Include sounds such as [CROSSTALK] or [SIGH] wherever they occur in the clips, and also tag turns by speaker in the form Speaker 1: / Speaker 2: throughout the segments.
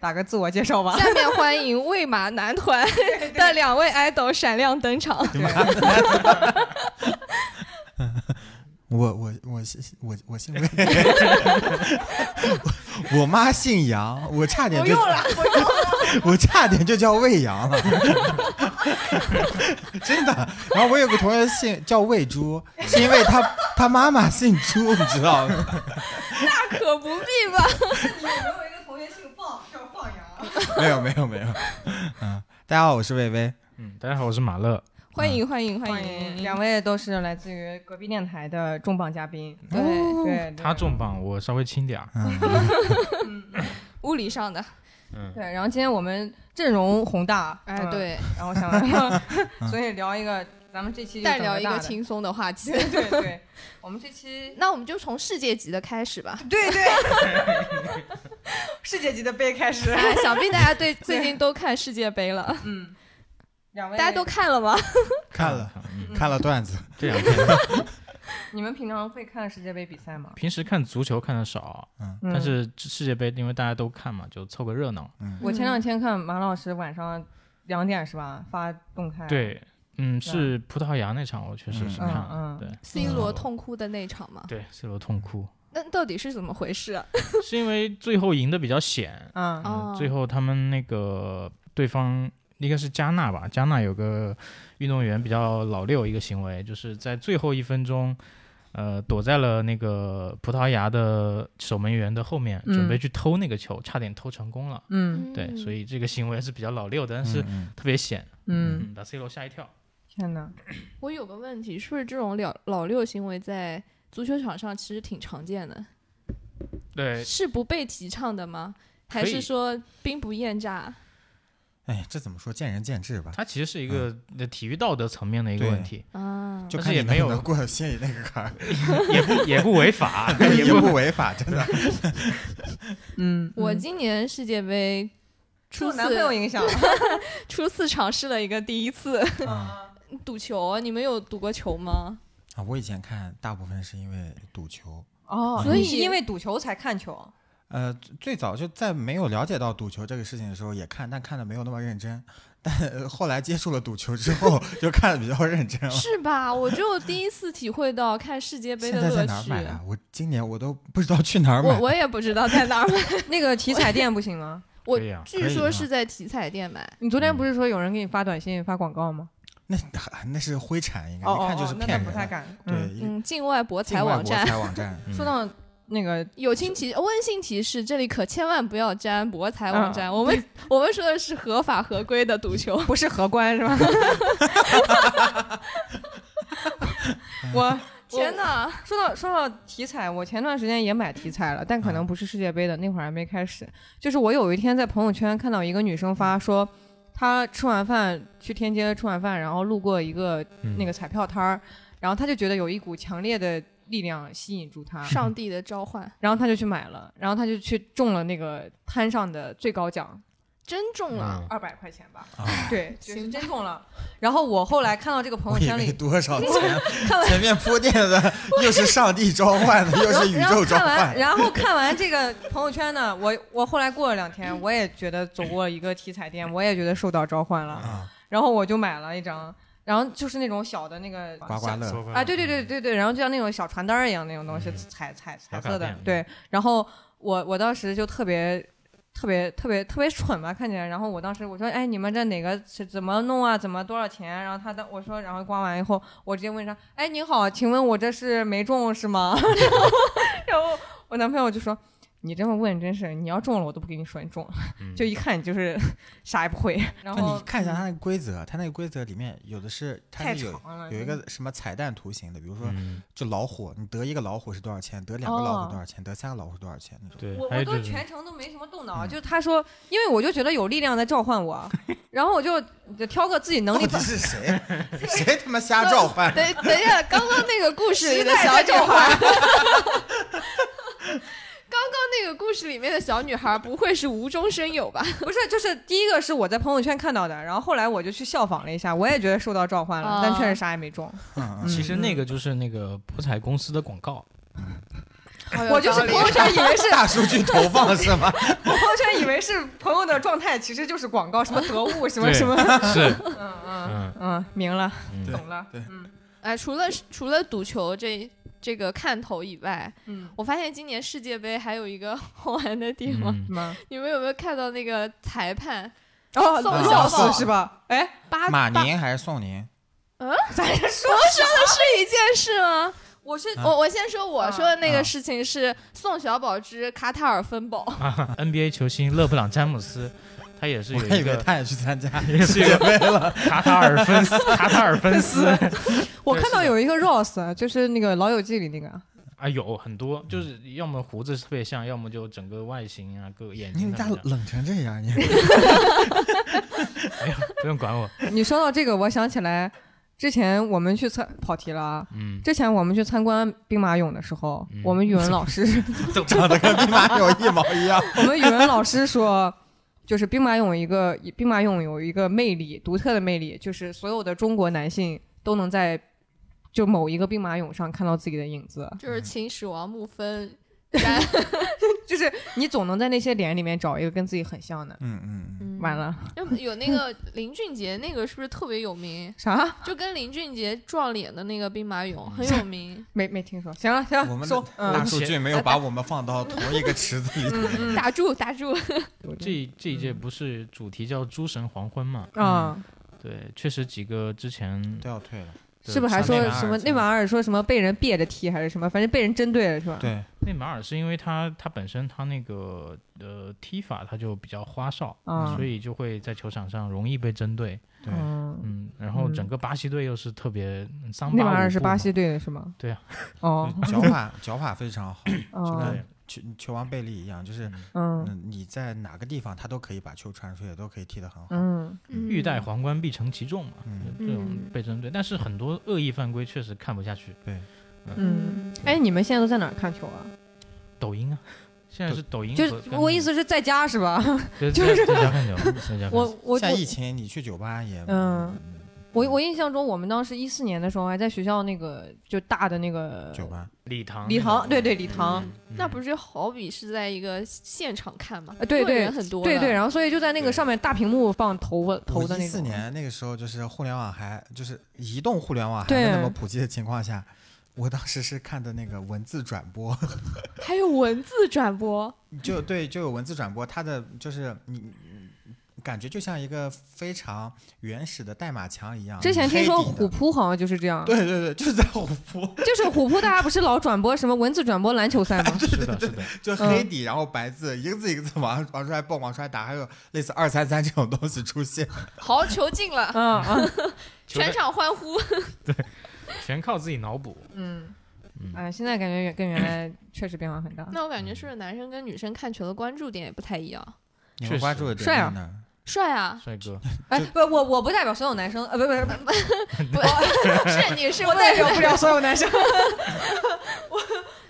Speaker 1: 打个自我介绍吧。
Speaker 2: 下面欢迎魏马男
Speaker 1: [LAUGHS]
Speaker 2: 团的两位 idol 闪亮登场。
Speaker 3: 我我我姓我我姓魏， [LAUGHS] 我我妈姓杨，我差点就
Speaker 1: 了，
Speaker 3: [LAUGHS] 我差点就叫魏阳了， [LAUGHS] 真的。然后我有个同学姓叫魏猪，是因为他他妈妈姓朱，你知道吗？ [LAUGHS]
Speaker 2: 大可不必吧？
Speaker 1: 我有一个同学姓放，叫放羊。
Speaker 3: 没有没有没有，嗯，大家好，我是魏巍，
Speaker 4: 嗯，大家好，我是马乐。
Speaker 2: 欢迎欢迎
Speaker 1: 嗯欢
Speaker 2: 欢
Speaker 1: 迎，
Speaker 2: 迎！
Speaker 1: 嗯两位都是来自于隔壁电台的重磅嘉宾。
Speaker 2: 对
Speaker 1: 对，对
Speaker 4: 他重磅，我稍微轻点儿。
Speaker 3: 嗯，
Speaker 2: 物理上的，
Speaker 4: 嗯，
Speaker 1: 对，然后今天我们阵容宏大，
Speaker 2: 哎
Speaker 1: 嗯，
Speaker 2: 对，
Speaker 1: 然后想， [LAUGHS]
Speaker 4: 嗯
Speaker 1: 所以聊一个，咱们这期就
Speaker 2: 但
Speaker 1: 整
Speaker 2: 聊一
Speaker 1: 大
Speaker 2: 个
Speaker 1: 的，
Speaker 2: 轻松的话题。
Speaker 1: 对对对，我们这期
Speaker 2: 那我们就从世界级的开始吧。
Speaker 1: [LAUGHS] 对对，世界级的杯开始，
Speaker 2: 哎，想必大家对最近都看世界杯了，
Speaker 1: 嗯，两位
Speaker 2: 大家都看了吗？
Speaker 3: 看了，
Speaker 4: 嗯，
Speaker 3: 看了段子，
Speaker 4: 这两天
Speaker 1: 你们平常会看世界杯比赛吗？
Speaker 4: 平时看足球看的少，
Speaker 1: 嗯
Speaker 4: 但是世界杯因为大家都看嘛，就凑个热闹。
Speaker 1: 我前
Speaker 2: 嗯
Speaker 1: 两天看马老师晚上两点是吧发动态，，
Speaker 4: 对，嗯，
Speaker 1: 是
Speaker 4: 是葡萄牙那场，我确实
Speaker 3: 嗯
Speaker 4: 是看了
Speaker 1: 哎嗯嗯。
Speaker 4: 对
Speaker 2: C 罗痛哭的那场吗？
Speaker 4: 对，C 罗痛哭，
Speaker 2: 那到底是怎么回事啊？
Speaker 4: 是因为最后赢的比较险。
Speaker 1: 嗯
Speaker 2: 哦
Speaker 4: 嗯，最后他们那个对方应该是加纳吧，加纳有个运动员比较老六一个行为，就是在最后一分钟，呃，躲在了那个葡萄牙的守门员的后面，
Speaker 1: 嗯
Speaker 4: 准备去偷那个球，差点偷成功了。
Speaker 1: 嗯
Speaker 4: 对，所
Speaker 2: 以
Speaker 4: 以这个行为是比较老六的，但是
Speaker 3: 嗯
Speaker 4: 特别险，
Speaker 1: 嗯，
Speaker 4: 把 C 罗吓一跳。
Speaker 1: 天哪，
Speaker 2: 我有个问题，是不是这种老老六行为在足球场上其实挺常见的？
Speaker 3: 哎
Speaker 4: 对，
Speaker 2: 是不被提倡的吗？还
Speaker 4: 可
Speaker 2: 是
Speaker 4: 以
Speaker 2: 说兵不厌诈？
Speaker 3: 哎，这怎么说，见仁见智吧，
Speaker 4: 它其实是一个呃
Speaker 1: 嗯
Speaker 4: 体育道德层面的一个
Speaker 3: 对
Speaker 4: 问题，
Speaker 2: 啊，
Speaker 3: 就
Speaker 4: 但是
Speaker 3: 看你
Speaker 4: 也没
Speaker 3: 能不能
Speaker 4: 有
Speaker 3: 过心里那个坎儿，，
Speaker 4: 也不也不
Speaker 1: [LAUGHS]
Speaker 4: 违法
Speaker 3: 也不违法，真的。
Speaker 1: 嗯，
Speaker 2: 我今年世界杯初
Speaker 1: 受男朋友
Speaker 2: 次 [LAUGHS]
Speaker 1: 影响，
Speaker 2: 初次尝试了一个第一次
Speaker 1: 啊
Speaker 2: [LAUGHS] 赌球，你们有赌过球吗？
Speaker 3: 啊，我以前看大部分是因为赌球，
Speaker 1: 哦，
Speaker 2: 所以
Speaker 1: 你是因为赌球才看球，
Speaker 3: 呃，最最早就在没有了解到赌球这个事情的时候也看，但看的没有那么认真。但呃后来接触了赌球之后，就看的比较认真了。
Speaker 2: 是
Speaker 3: [LAUGHS]
Speaker 2: 吧？我就第一次体会到看世界杯
Speaker 3: 现
Speaker 2: 的
Speaker 3: 在
Speaker 2: 乐
Speaker 3: 在哪儿
Speaker 2: 趣。
Speaker 3: 买啊？我今年我都不知道去哪儿
Speaker 2: 我
Speaker 3: 买。
Speaker 2: 我也不知道在哪儿买，
Speaker 1: 那个体彩店不行吗？
Speaker 2: 我
Speaker 4: 可以啊
Speaker 2: 据
Speaker 3: [LAUGHS] 可以
Speaker 2: 说
Speaker 3: 吗
Speaker 2: 是在体彩店买。
Speaker 1: 你昨
Speaker 3: 嗯
Speaker 1: 天不是说有人给你发短信发广告吗？
Speaker 3: [LAUGHS] 那啊那是灰产，应该
Speaker 1: 哦
Speaker 3: 一
Speaker 1: 哦
Speaker 3: 看就
Speaker 1: 哦
Speaker 3: 是，
Speaker 1: 那
Speaker 3: 骗
Speaker 1: 那
Speaker 3: 人的。
Speaker 1: 不太敢，嗯，
Speaker 3: 对，一
Speaker 2: 嗯，境外博彩
Speaker 3: 境外
Speaker 2: 网
Speaker 3: 博
Speaker 2: 站
Speaker 3: 彩
Speaker 1: [LAUGHS]
Speaker 3: 网站。
Speaker 4: 嗯
Speaker 1: 说到那个
Speaker 2: 友情提温馨提示：这里可千万不要沾博彩网站。我们 [LAUGHS] 我们说的是合法合规的赌球。
Speaker 1: 不是荷官
Speaker 3: [LAUGHS]
Speaker 1: 是吧？我
Speaker 2: [LAUGHS] 天
Speaker 1: [LAUGHS]
Speaker 2: 哪！
Speaker 1: 说到说到体彩，我前段时间也买体彩了，但
Speaker 3: 嗯
Speaker 1: 可能不是世界杯的，那会儿还没开始。就是我有一天在朋友圈看到一个女生发
Speaker 3: 嗯
Speaker 1: 说，她吃完饭去天街吃完饭，然后路过一个
Speaker 4: 嗯
Speaker 1: 那个彩票摊儿，然后她就觉得有一股强烈的力量吸引住她，
Speaker 2: 上帝的召唤，
Speaker 1: 然后她就去买了，然后她就去中了那个摊上的最高奖，
Speaker 2: 真啊中了！
Speaker 4: 嗯
Speaker 1: 二百块钱吧，
Speaker 3: 啊，
Speaker 1: 对，就是
Speaker 2: 行
Speaker 1: 真中了。然后我后来看到这个朋
Speaker 3: 我
Speaker 1: 友
Speaker 3: 以
Speaker 1: 圈
Speaker 3: 为
Speaker 1: 里。 [LAUGHS]
Speaker 3: 多少钱？
Speaker 1: 看完
Speaker 3: 前面铺垫的 [LAUGHS] 又是上帝召唤的，又
Speaker 1: [LAUGHS] 然后
Speaker 3: 是宇宙召
Speaker 1: 然后看
Speaker 3: 唤
Speaker 1: 完，。然后看完这个朋友圈呢， [LAUGHS] 我我后来过了两
Speaker 3: [LAUGHS]
Speaker 1: 天，我也觉得走过一个体彩店，我也觉得受到召唤了，
Speaker 3: 啊，
Speaker 1: 然后我就买了一张，然后就是那种小的那个
Speaker 3: 刮刮乐
Speaker 1: 小啊，对对对对对，然后就像那种小传单儿一样那种东西，
Speaker 4: 嗯
Speaker 1: 彩彩彩
Speaker 4: 小
Speaker 1: 色的
Speaker 4: 卡片，
Speaker 1: 对。然后我我当时就特别。特别特别特别蠢吧，看起来。然后我当时我说，哎，你们这哪个是怎么弄啊？怎么多少钱？然后他当我说，然后刮完以后，我直接问他，哎， [LAUGHS] 您好，请问我这是没中是吗？然后我男朋友就说，你这么问真是，你要中了我都不跟你说你中了，
Speaker 4: 嗯
Speaker 1: [LAUGHS] 就一看你就是啥也不
Speaker 4: [LAUGHS]
Speaker 1: 会。然
Speaker 3: 那
Speaker 1: 后嗯
Speaker 3: 你看一下它那个规则，它那个规则里面有的是它
Speaker 1: 太
Speaker 3: 是有
Speaker 1: 长了，
Speaker 3: 有一个什么彩蛋图形的，比如说
Speaker 4: 嗯
Speaker 3: 就老虎，你得一个老虎是多少钱，得两个老
Speaker 1: 哦
Speaker 3: 虎多少钱，得三个老虎多少钱那种。
Speaker 4: 对，
Speaker 1: 我
Speaker 4: 还
Speaker 1: 我
Speaker 4: 有
Speaker 1: 都
Speaker 4: 就是
Speaker 1: 全程都没什么动脑，啊
Speaker 3: 嗯
Speaker 1: 就是他说，因为我就觉得有力量在召唤我，然后我就挑个自己能力
Speaker 3: 到
Speaker 1: 范
Speaker 3: 底是谁？谁 [LAUGHS] 他妈瞎
Speaker 1: [LAUGHS]
Speaker 3: 召唤？
Speaker 2: [LAUGHS] 等等一下，刚刚那个故事里的
Speaker 1: 时代
Speaker 2: 小
Speaker 1: 在
Speaker 2: 女
Speaker 1: 变化
Speaker 2: 孩，刚刚那个故事里面的小女孩不会是无中生有吧？
Speaker 1: [LAUGHS] 不是，就是第一个是我在朋友圈看到的，然后后来我就去效仿了一下，我也觉得受到召唤了，
Speaker 2: 哦
Speaker 1: 但确实啥也没中。 [LAUGHS]
Speaker 3: 嗯
Speaker 4: 其实那个就是那个博彩公司的广告，
Speaker 1: 我就是朋友圈以为是
Speaker 3: [LAUGHS] 大数据投放是
Speaker 1: [LAUGHS]
Speaker 3: 吗？
Speaker 1: 朋友圈以为是朋友的状态，其实就是广告，什么得物，什么
Speaker 4: 对
Speaker 1: 什么，
Speaker 4: [LAUGHS] [LAUGHS] 是，
Speaker 1: 嗯嗯
Speaker 4: 嗯，
Speaker 1: 嗯，明了，
Speaker 4: 嗯
Speaker 1: 懂了，
Speaker 3: 对
Speaker 1: 嗯
Speaker 2: 哎，除了除了赌球这这个看头以外，
Speaker 1: 嗯，
Speaker 2: 我发现今年世界杯还有一个好玩的地方，
Speaker 4: 嗯
Speaker 1: 什么？
Speaker 2: 你们有没有看到那个裁判
Speaker 1: 哦
Speaker 2: 宋
Speaker 3: 小
Speaker 1: ，Rose
Speaker 3: 宝
Speaker 1: 是吧？哎，
Speaker 2: 八
Speaker 3: 马
Speaker 2: 八
Speaker 3: 宁还是宋宁？
Speaker 1: 咱这说，
Speaker 2: 是一件事吗？
Speaker 1: [LAUGHS] 我是
Speaker 3: 啊
Speaker 2: 我我先说我
Speaker 1: 啊
Speaker 2: 说的那个
Speaker 3: 啊
Speaker 2: 事情是宋小宝之卡塔尔分宝，
Speaker 4: 啊 NBA 球星勒布朗詹姆斯，他也是
Speaker 3: 我
Speaker 4: 有
Speaker 3: 还
Speaker 4: 一
Speaker 3: 以为
Speaker 4: 个
Speaker 3: 他也去参
Speaker 4: [LAUGHS]
Speaker 3: 加
Speaker 4: 也是
Speaker 3: 世界杯了。
Speaker 4: [LAUGHS] 卡塔尔芬斯
Speaker 3: [LAUGHS]
Speaker 4: 卡塔尔芬斯
Speaker 1: 我看到有一个 Rose，就是那个《老友记》里那个，
Speaker 4: [LAUGHS] 啊，有很多，就是要么胡子特别像，要么就整个外形啊，各眼
Speaker 3: 你
Speaker 4: 睛
Speaker 3: 们
Speaker 4: 特
Speaker 3: 家
Speaker 4: 别像。
Speaker 3: 冷成这样，你
Speaker 4: [LAUGHS] 哎呀，不用管我，
Speaker 3: [LAUGHS]
Speaker 1: 你说到这个，我想起来之前我们去参跑题了啊。
Speaker 4: 嗯，
Speaker 1: 之前我们去参观兵马俑的时候，
Speaker 4: 嗯
Speaker 1: 我们语文老
Speaker 4: [LAUGHS]
Speaker 1: 师，
Speaker 3: 长得跟兵马俑一毛一样。
Speaker 1: 我们语文老师说，就是兵马俑一个兵马俑有一个魅力，独特的魅力，就是所有的中国男性都能在就某一个兵马俑上看到自己的影子，
Speaker 2: 就是秦始皇墓
Speaker 1: [LAUGHS]
Speaker 2: 碑。然
Speaker 1: 就是你总能在那些脸里面找一个跟自己很像的。
Speaker 3: 嗯嗯嗯，
Speaker 1: 完，了
Speaker 2: 就有那个林俊杰，那个是不是特别有名？
Speaker 1: 啥？
Speaker 2: 就跟林俊杰撞脸的那个兵马
Speaker 1: 嗯
Speaker 2: 俑很有名，
Speaker 1: 没没听说。行了行
Speaker 3: 我
Speaker 1: 了，
Speaker 3: 们
Speaker 1: 说
Speaker 3: 的
Speaker 1: 嗯
Speaker 3: 大数据没有把我们放到同一个池子里。
Speaker 1: [LAUGHS] 嗯
Speaker 2: 打住打住！
Speaker 4: 这一这一届不是主题叫“诸神黄昏”嘛？
Speaker 1: 嗯啊，
Speaker 4: 对，确实几个之前
Speaker 3: [LAUGHS] 都要退了。
Speaker 4: 的
Speaker 1: 是不是还
Speaker 4: 像
Speaker 1: 说
Speaker 4: 内马尔
Speaker 1: 什么内马尔说什么被人别着踢还是什么？反正被人针对了是吧？
Speaker 3: 对，
Speaker 4: 内马尔是因为他他本身他那个呃踢法他就比较花哨，
Speaker 3: 嗯
Speaker 1: 啊
Speaker 4: 所以就会在球场上容易被针对。
Speaker 3: 对
Speaker 1: 嗯，
Speaker 4: 嗯，然后
Speaker 1: 嗯
Speaker 4: 整个巴西队又是特别嗯桑巴
Speaker 1: 内马
Speaker 4: 舞
Speaker 1: 尔是
Speaker 4: 步
Speaker 1: 巴
Speaker 4: 嘛
Speaker 1: 西队的是吗？
Speaker 4: 对啊。
Speaker 3: [LAUGHS]
Speaker 1: 哦，
Speaker 3: 嗯
Speaker 1: [LAUGHS]
Speaker 3: 脚法脚法非常好，就
Speaker 1: 哦
Speaker 3: 跟，球球王贝利一样，就是
Speaker 1: 嗯
Speaker 3: 嗯你在哪个地方他都可以把球传出去，都可以踢得很好。
Speaker 1: 嗯，
Speaker 4: 欲戴皇冠必承其重嘛，
Speaker 3: 嗯
Speaker 4: 就这种
Speaker 2: 嗯
Speaker 4: 被针对。但是很多恶意犯规确实看不下去，
Speaker 3: 对，
Speaker 1: 嗯，哎，你们现在都在哪儿看球啊？
Speaker 4: 抖音啊，现在是抖音
Speaker 1: 就
Speaker 4: 和，
Speaker 1: 是我意思是在家是吧？
Speaker 4: 对，
Speaker 1: 就
Speaker 4: 在
Speaker 1: 是
Speaker 4: 在家看球，在家看球
Speaker 1: 我我
Speaker 3: 现在疫
Speaker 1: 我
Speaker 3: 情你去酒吧也
Speaker 1: 嗯我我印象中，我们当时一四年的时候还在学校那个就大的那个
Speaker 3: 酒吧
Speaker 4: 礼堂
Speaker 1: 礼
Speaker 4: 那
Speaker 1: 堂，
Speaker 4: 个
Speaker 1: 对对礼堂，
Speaker 4: 嗯
Speaker 2: 那不是好比是在一个现场看嘛？
Speaker 1: 呃对
Speaker 2: 因为
Speaker 1: 对
Speaker 2: 人很多的，
Speaker 1: 对对，然后所以就在那个上面大屏幕放投的投的那
Speaker 3: 一
Speaker 1: 种。
Speaker 3: 四年那个时候，就是互联网还就是移动互联网还
Speaker 1: 对
Speaker 3: 没那么普及的情况下，我当时是看的那个文字转播，
Speaker 2: 还有文字转播，
Speaker 3: 就对，就有文字转播，它的就是你。感觉就像一个非常原始的代码墙一样。
Speaker 1: 之前听
Speaker 3: 黑
Speaker 1: 说
Speaker 3: 底的
Speaker 1: 虎扑好像就是这样，
Speaker 3: 对对对，就是在虎扑，
Speaker 1: 就是虎扑大家不是老转播什么文字转播篮球赛吗？
Speaker 4: 是的，是的，
Speaker 2: 嗯
Speaker 3: 就黑底，然后白字，一个字一个字往往出来蹦，往出来打，还有类似二三三这种东西出现。
Speaker 2: 好球进
Speaker 1: [LAUGHS]
Speaker 2: 了，
Speaker 1: 嗯嗯
Speaker 4: 球
Speaker 2: 全
Speaker 4: 队
Speaker 2: 场欢呼。
Speaker 4: 全靠自己脑补。
Speaker 1: 嗯，
Speaker 4: 嗯
Speaker 1: 哎，现在感觉也跟原来确实变化很大。
Speaker 2: 那我感觉是不是男生跟女生看球的关注点也不太一样？
Speaker 3: 你
Speaker 4: 确
Speaker 3: 们关
Speaker 4: 实
Speaker 3: 注的点
Speaker 1: 帅
Speaker 3: 在
Speaker 1: 啊
Speaker 3: 哪儿？
Speaker 2: 帅啊，
Speaker 4: 帅
Speaker 1: [LAUGHS]
Speaker 4: 哥，
Speaker 1: 哎，
Speaker 3: 就
Speaker 1: 不，我我不代表所有男生，呃，不不不， [LAUGHS]
Speaker 2: [LAUGHS] 是你是
Speaker 1: 我
Speaker 2: 不
Speaker 1: 代
Speaker 2: 能
Speaker 1: 表不了所有男生，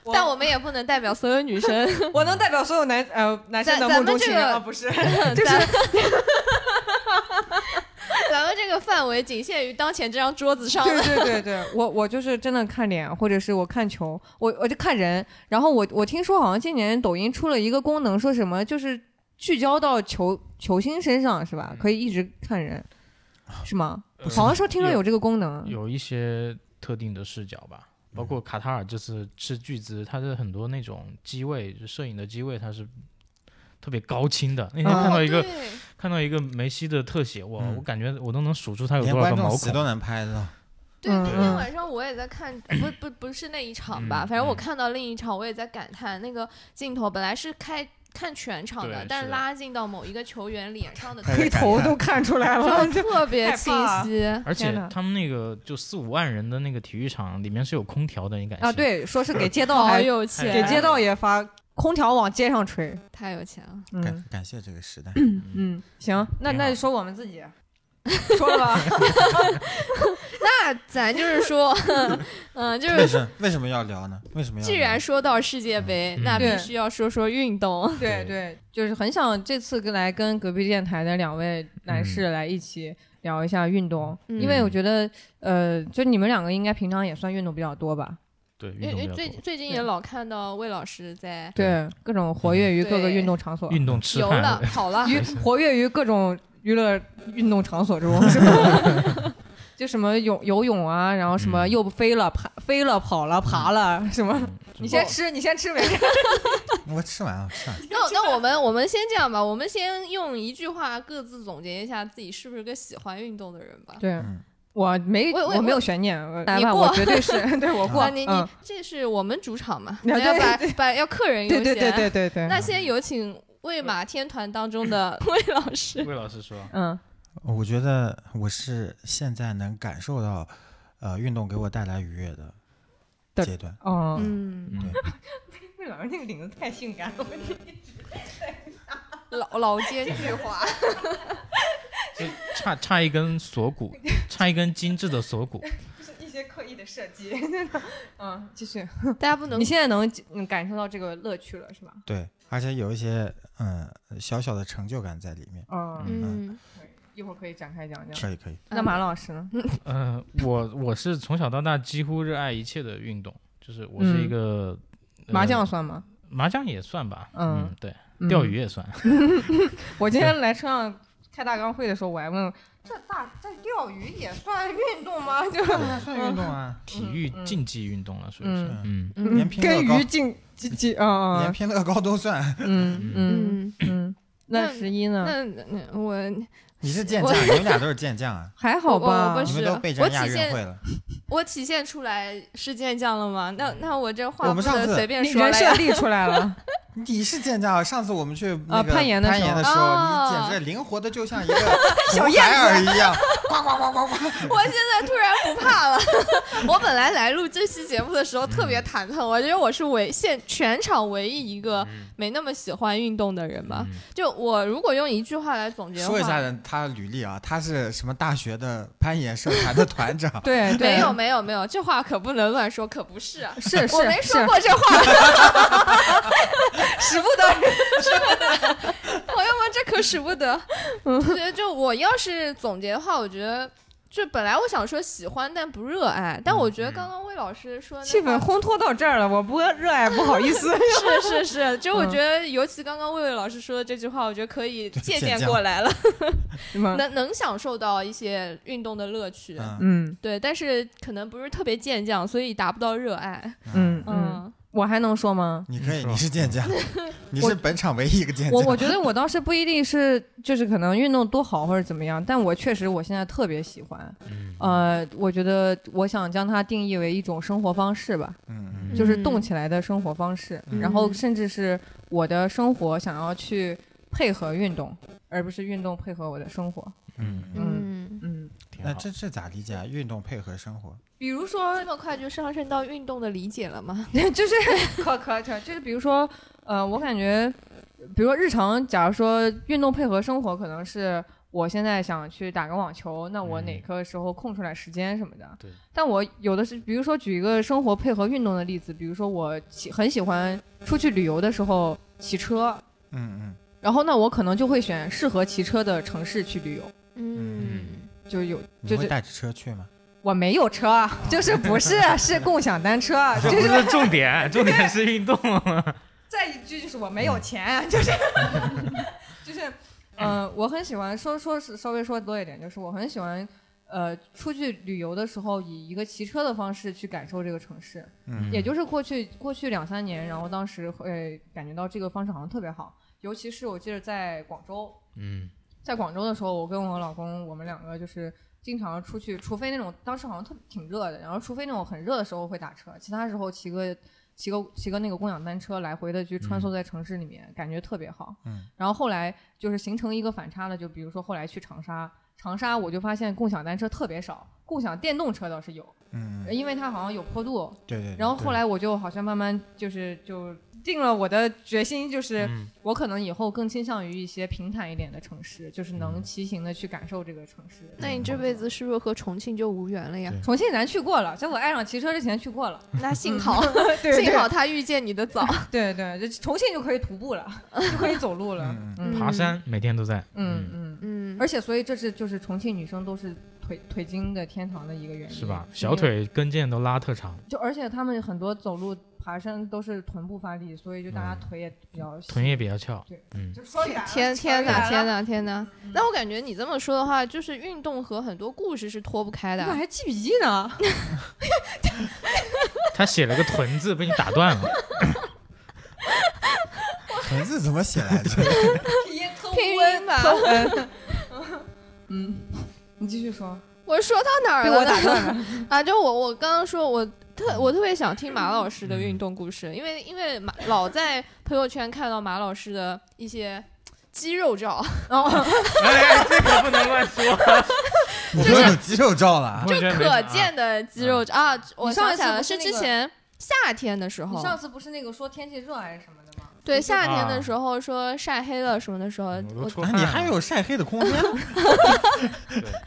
Speaker 1: 我
Speaker 2: 但我们也不能代表所有女
Speaker 1: [LAUGHS]
Speaker 2: 生。
Speaker 1: 我能代表所有男呃
Speaker 2: [LAUGHS]
Speaker 1: 男生的
Speaker 2: 咱
Speaker 1: 梦
Speaker 2: 咱们
Speaker 1: 中
Speaker 2: 这
Speaker 1: 情
Speaker 2: 个
Speaker 1: 人啊，
Speaker 2: [LAUGHS]
Speaker 1: 不是，
Speaker 2: 就是
Speaker 1: [LAUGHS]
Speaker 2: 咱们这个范围仅限于当前这张桌子上了。
Speaker 1: 对对对对，我我就是真的看脸，或者是我看球，我我就看人。然后我我听说好像今年抖音出了一个功能，说什么就是聚焦到球球星身上是吧？可以一直看人，是吗？
Speaker 4: 不是
Speaker 1: 好像说听说有这个功能。
Speaker 4: 有一些特定的视角吧，包括卡塔尔这次斥巨资，它的很多那种机位，就摄影的机位，它是特别高清的。那天
Speaker 1: 啊
Speaker 4: 看到一个、
Speaker 2: 对
Speaker 4: 看到一个梅西的特写，哇，
Speaker 3: 嗯
Speaker 4: 我感觉我都能数出他有
Speaker 3: 连
Speaker 4: 多少
Speaker 3: 观
Speaker 4: 个
Speaker 3: 众
Speaker 4: 毛
Speaker 3: 席
Speaker 4: 孔。
Speaker 3: 都能拍到。，
Speaker 2: 对，
Speaker 1: 嗯
Speaker 2: 那天
Speaker 1: 嗯
Speaker 2: 晚上我也在看，不不不是那一场吧，
Speaker 4: 嗯
Speaker 2: 反正我
Speaker 4: 嗯
Speaker 2: 看到另一场，我也在感叹那个镜头本来是开看全场的
Speaker 4: 对，
Speaker 2: 但
Speaker 4: 是
Speaker 2: 是
Speaker 4: 的
Speaker 2: 拉近到某一个球员脸上的
Speaker 4: [LAUGHS]
Speaker 1: 黑头都看出来了，
Speaker 2: 就特别
Speaker 1: 害
Speaker 2: 清
Speaker 1: 怕
Speaker 2: 晰。
Speaker 4: 而且
Speaker 1: 天哪
Speaker 4: 他们那个就四五万人的那个体育场里面是有空调的，你敢
Speaker 1: 啊，
Speaker 4: 信，
Speaker 1: 对，说是给街道
Speaker 2: 好
Speaker 1: 还
Speaker 2: 有
Speaker 1: 给
Speaker 2: 钱，啊
Speaker 1: 街道也发空调往街上吹，
Speaker 2: 太有钱了。 [LAUGHS]
Speaker 1: 嗯
Speaker 3: 感感谢这个时代。
Speaker 1: 嗯，行，那
Speaker 4: 挺
Speaker 1: 那
Speaker 4: 好
Speaker 1: 就说我们自己，说了吧，
Speaker 2: 那咱就是
Speaker 4: [LAUGHS]
Speaker 2: 说，嗯，就
Speaker 3: 为
Speaker 2: 是
Speaker 3: 什为什么要聊呢？为什么要聊？
Speaker 2: 既然说到世界杯，
Speaker 4: 嗯
Speaker 2: 那
Speaker 1: 对
Speaker 2: 必须要说说运动。
Speaker 1: [LAUGHS] 对
Speaker 4: 对
Speaker 1: 对，就是很想这次跟来跟隔壁电台的两位男士来一起聊一下运动，
Speaker 2: 嗯
Speaker 1: [LAUGHS] 因为我觉得呃，就你们两个应该平常也算运动比较多吧，
Speaker 4: 对，
Speaker 2: 因
Speaker 1: 哎
Speaker 4: 嗯运
Speaker 2: 为因
Speaker 4: 动
Speaker 2: 为
Speaker 4: 比较
Speaker 2: 最最近也
Speaker 1: 对
Speaker 2: 老看到魏老师在
Speaker 1: 对，各种活跃于各个
Speaker 2: 对
Speaker 1: 运动场所
Speaker 4: 多，运动痴
Speaker 2: 游了
Speaker 4: [LAUGHS] 汉，
Speaker 2: 跑
Speaker 1: [LAUGHS]
Speaker 2: 了，
Speaker 1: 娱活跃于各种娱乐运动场所中，是吧？就什么泳游泳啊，然后什么
Speaker 4: 嗯
Speaker 1: 又飞了、爬飞了、跑了、爬了，什么？
Speaker 4: 嗯
Speaker 1: 你先吃，你先吃没事。
Speaker 3: 我吃完了，吃完了。
Speaker 2: 那那我们我们先这样吧，我们先用一句话各自总结一下自己是不是个喜欢运动的人吧。
Speaker 1: [LAUGHS] 对
Speaker 3: 嗯，
Speaker 1: 我没，
Speaker 2: 我我
Speaker 1: 没有悬念，我来吧，
Speaker 2: 过
Speaker 1: 我绝对 [LAUGHS] 是对我过。
Speaker 2: 啊，你
Speaker 1: 嗯啊
Speaker 2: 你这是我们主场嘛，
Speaker 1: 对
Speaker 2: 咱要把把要客人优
Speaker 1: 对
Speaker 2: 先。啊
Speaker 1: 对对对对对，
Speaker 2: 那先有请魏马天团当中的魏老师。
Speaker 4: 魏老师说，
Speaker 1: 嗯
Speaker 3: 我觉得我是现在能感受到，呃，运动给我带来愉悦的
Speaker 1: 对
Speaker 3: 阶段。
Speaker 1: 哦，
Speaker 2: 嗯，
Speaker 4: 嗯，
Speaker 1: 魏老师那个领子太性感了，
Speaker 2: 老老奸巨猾。
Speaker 4: 就差差一根
Speaker 1: [LAUGHS]
Speaker 4: 锁骨，差一根精致的锁骨，
Speaker 1: 就是一些刻意的设 [LAUGHS] 计。嗯，继续。
Speaker 2: 大家不能
Speaker 1: 你现在能嗯感受到这个乐趣了是吧？
Speaker 3: 对，而且有一些嗯小小的成就感在里面。
Speaker 1: 嗯，
Speaker 2: 嗯，
Speaker 1: 一会儿可以展开讲讲。
Speaker 3: 可以可以，
Speaker 1: 那马老师呢？
Speaker 4: 嗯，我我是从小到大几乎热爱一切的运动，就是我是一个、
Speaker 1: 嗯
Speaker 4: 呃
Speaker 1: 麻将算吗？
Speaker 4: 麻将也算吧，
Speaker 1: 嗯
Speaker 4: 嗯，对，
Speaker 1: 嗯
Speaker 4: 钓鱼。也算，
Speaker 1: 我
Speaker 3: [LAUGHS]
Speaker 1: 今天来车上开大纲会的时候，我还问这大这钓鱼也算运动吗？ [LAUGHS] 就
Speaker 2: 嗯
Speaker 3: 算运动啊，
Speaker 4: 体育
Speaker 1: 嗯
Speaker 4: 竞技运动了，属于是，
Speaker 1: 嗯，
Speaker 4: 嗯
Speaker 2: 嗯
Speaker 3: 连拼乐
Speaker 1: 跟
Speaker 3: 高
Speaker 1: 鱼竞竞技啊
Speaker 3: 连
Speaker 1: 啊
Speaker 3: 拼乐高都算。
Speaker 1: 嗯嗯
Speaker 2: 嗯，
Speaker 1: 嗯。
Speaker 2: 那
Speaker 1: 那十一呢？
Speaker 2: 那那我
Speaker 3: 你是健将，你们俩都是健
Speaker 1: [LAUGHS]
Speaker 3: 将啊，
Speaker 1: 还好
Speaker 2: 我我
Speaker 1: 吧
Speaker 2: 不
Speaker 3: 你
Speaker 2: 是
Speaker 3: 们都备
Speaker 2: 我
Speaker 3: 战
Speaker 2: 体
Speaker 3: 亚运
Speaker 2: 现
Speaker 3: 会了。
Speaker 2: 我体现出来是健将了吗？那那我这话
Speaker 3: 我
Speaker 2: 不
Speaker 3: 们上
Speaker 2: 能
Speaker 3: 次
Speaker 2: 随便
Speaker 1: 你
Speaker 2: 说
Speaker 1: 人
Speaker 2: 了
Speaker 1: 设
Speaker 2: 呀。
Speaker 1: 立出
Speaker 2: [LAUGHS]
Speaker 1: 来了，
Speaker 3: 你是健将，啊上次我们去
Speaker 1: 啊
Speaker 3: 那个
Speaker 1: 攀岩的时候，
Speaker 3: 攀岩的时
Speaker 2: 哦
Speaker 3: 候，你简直灵活的就像一个小燕儿一样，呱呱呱呱呱。
Speaker 2: [LAUGHS] 我现在突然不怕了。 [LAUGHS] 我本来来录这期节目的时候特别忐忑，我觉得我是唯现全场唯一一个没那么喜欢运动的人吧。
Speaker 4: 嗯
Speaker 2: 就我如果用一句话来总结的话，
Speaker 3: 说一下人他履历啊，他是什么大学的攀岩社团的团长
Speaker 1: [LAUGHS] 对对，
Speaker 2: 没有没有没有，这话可不能乱说，可不是啊、
Speaker 1: 是
Speaker 2: 我没
Speaker 1: 是
Speaker 2: 说
Speaker 1: 是，
Speaker 2: 过这话，
Speaker 1: 使不得。
Speaker 2: 朋友哎们，这可使不
Speaker 1: [LAUGHS]
Speaker 2: 得。
Speaker 1: 嗯
Speaker 2: 就就我要是总结的话，我觉得。就本来我想说喜欢但不热爱，但我觉
Speaker 3: 嗯
Speaker 2: 得刚刚魏老师说那
Speaker 1: 气氛
Speaker 2: 话
Speaker 1: 烘托到这儿了，我不热爱不好
Speaker 2: [LAUGHS]
Speaker 1: 意思。
Speaker 2: 是是是，就
Speaker 1: 嗯
Speaker 2: 我觉得，尤其刚刚魏魏老师说的这句话，我觉得可以借
Speaker 3: 借
Speaker 2: 鉴
Speaker 3: 鉴
Speaker 2: 过来了，
Speaker 1: 是吗？
Speaker 2: 能能享受到一些运动的乐趣。
Speaker 3: 嗯
Speaker 1: 嗯
Speaker 2: 对，但是可能不是特别健将，所以达不到热爱。
Speaker 1: 嗯嗯，
Speaker 2: 嗯，
Speaker 1: 我还能说吗？
Speaker 3: 你可以，
Speaker 4: 你说
Speaker 3: 你是健将， [LAUGHS] 你是本场唯一一个
Speaker 1: 嗯
Speaker 3: 健
Speaker 1: 我
Speaker 3: 将。
Speaker 1: 我觉得我倒是不一定是就是可能运动多好或者怎么样，但我确实我现在特别喜欢。
Speaker 4: 嗯
Speaker 1: 呃，我觉得我想将它定义为一种生活方式吧，
Speaker 3: 嗯
Speaker 1: 就是
Speaker 2: 嗯
Speaker 1: 动起来的生活方式。
Speaker 3: 嗯
Speaker 1: 然后甚至是我的生活想要去配合运动，而不是运动配合我的生活。
Speaker 3: 嗯嗯，
Speaker 2: 嗯，
Speaker 1: 嗯，
Speaker 4: 挺
Speaker 3: 那
Speaker 4: 好，
Speaker 3: 这这咋理解啊？运动配合生活，
Speaker 1: 比如说
Speaker 2: 这么快就上升到运动的理解了吗？
Speaker 1: [LAUGHS] 就是 [LAUGHS] 可可可，就是比如说，呃，我感觉，比如说日常，假如说运动配合生活，可能是我现在想去打个网球，那我哪
Speaker 4: 嗯
Speaker 1: 个时候空出来时间什么的。
Speaker 4: 对。
Speaker 1: 但我有的是，比如说举一个生活配合运动的例子，比如说我喜很喜欢出去旅游的时候骑车，
Speaker 3: 嗯
Speaker 1: 然后那我可能就会选适合骑车的城市去旅游，
Speaker 2: 嗯，
Speaker 1: 就有
Speaker 3: 嗯，你
Speaker 1: 就
Speaker 3: 会
Speaker 1: 是。
Speaker 3: 带着车去吗？
Speaker 1: 我没有车， [LAUGHS] 就是不是
Speaker 3: [LAUGHS]
Speaker 1: 是共享单车，就
Speaker 4: 这
Speaker 1: 是
Speaker 4: 不是重点，重点是运动。
Speaker 3: [LAUGHS]
Speaker 1: 再一句就是我没有钱， [LAUGHS] 就是就是，嗯、我很喜欢说说是稍微说多一点，就是我很喜欢，呃，出去旅游的时候以一个骑车的方式去感受这个城市，
Speaker 3: 嗯，
Speaker 1: 也就是过去过去两三年，然后呃当时会感觉到这个方式好像特别好，尤其是我记得在广州，
Speaker 4: 嗯
Speaker 1: 在广州的时候，我跟我老公，我们两个就是经常出去，除非那种当时好像特挺热的，然后除非那种很热的时候会打车，其他时候骑个骑个骑个那个共享单车来回的去穿梭在城市里面，感觉特别好。
Speaker 3: 嗯。
Speaker 1: 然后后来就是形成一个反差了，就比如说后来去长沙，长沙我就发现共享单车特别少，共享电动车倒是有，
Speaker 3: 嗯，
Speaker 1: 因为它好像有坡度。
Speaker 3: 对对。对
Speaker 1: 哎然后后
Speaker 3: 对
Speaker 1: 来我就好像慢慢就是就定了我的决心，就是。
Speaker 4: 嗯
Speaker 1: 我可能以后更倾向于一些平坦一点的城市，就是能
Speaker 4: 嗯
Speaker 1: 骑行的去感受这个城市。
Speaker 2: 那你这辈子是不是和重庆就无缘了呀？
Speaker 3: 对
Speaker 1: 重庆咱去过了，在我爱上骑车之前去过
Speaker 2: [LAUGHS]
Speaker 1: 了。
Speaker 4: [LAUGHS]
Speaker 2: 那幸好，
Speaker 1: 对对
Speaker 2: 幸好他遇见你的早。
Speaker 1: 对对，就重庆就可以徒步
Speaker 2: [LAUGHS]
Speaker 1: 了，就可以走路了。
Speaker 3: [LAUGHS] 嗯
Speaker 1: 嗯
Speaker 4: 爬山每天都在。
Speaker 1: 嗯嗯
Speaker 2: 嗯，
Speaker 1: 而且所以这是就是重庆女生都是腿腿筋的天堂的一个原因，
Speaker 4: 是
Speaker 1: 因
Speaker 4: 吧？
Speaker 1: 为
Speaker 3: 嗯
Speaker 4: 小腿跟腱都拉特长，
Speaker 1: 就而且她们很多走路爬山都是臀部发力，所以就大家
Speaker 4: 嗯
Speaker 1: 腿也比较细
Speaker 4: 臀也比较翘
Speaker 1: 对。
Speaker 4: 嗯，
Speaker 1: 就双打了
Speaker 2: 天天
Speaker 1: 哪
Speaker 2: 哪，天哪，天哪！
Speaker 1: 嗯
Speaker 2: 那我感觉你这么说的话，就是运动和很多故事是脱不开
Speaker 1: 我咋
Speaker 2: 的。啊
Speaker 1: 还记笔记呢？ [LAUGHS]
Speaker 4: 他写了个臀字，被你打断了。
Speaker 3: 文字嗯怎么写
Speaker 1: [LAUGHS]
Speaker 3: 来着？
Speaker 2: 拼音吧，
Speaker 1: 嗯，你继续说，
Speaker 2: 我说到哪儿
Speaker 1: 被
Speaker 2: 了
Speaker 1: 我
Speaker 2: 呢？
Speaker 1: 打断了。
Speaker 2: [LAUGHS] 啊，就我我刚刚说，我特我特别想听马老师的
Speaker 4: 嗯
Speaker 2: 运动故事，因为因为马老在朋友圈看到马老师的一些肌肉照，
Speaker 1: 哦，
Speaker 4: [LAUGHS] 哎，这可不能乱说。
Speaker 3: 你又有肌肉照了啊？
Speaker 4: 我
Speaker 2: 就
Speaker 4: 觉得没
Speaker 2: 可
Speaker 4: 啥
Speaker 2: 见的肌
Speaker 4: 嗯
Speaker 2: 肉照啊！我
Speaker 1: 你上
Speaker 2: 想起来了，
Speaker 1: 一次不
Speaker 2: 是
Speaker 1: 是
Speaker 2: 之
Speaker 1: 那个
Speaker 2: 前夏天的时
Speaker 1: 你
Speaker 2: 候，
Speaker 1: 上次不是那个说天气热还是什么的吗？
Speaker 2: 对夏天的
Speaker 4: 啊
Speaker 2: 时候说晒黑了什么的时候，
Speaker 4: 嗯我都
Speaker 2: 我
Speaker 4: 出
Speaker 3: 啊
Speaker 4: 汗
Speaker 3: 你还
Speaker 4: 了。
Speaker 3: 有晒黑的空间？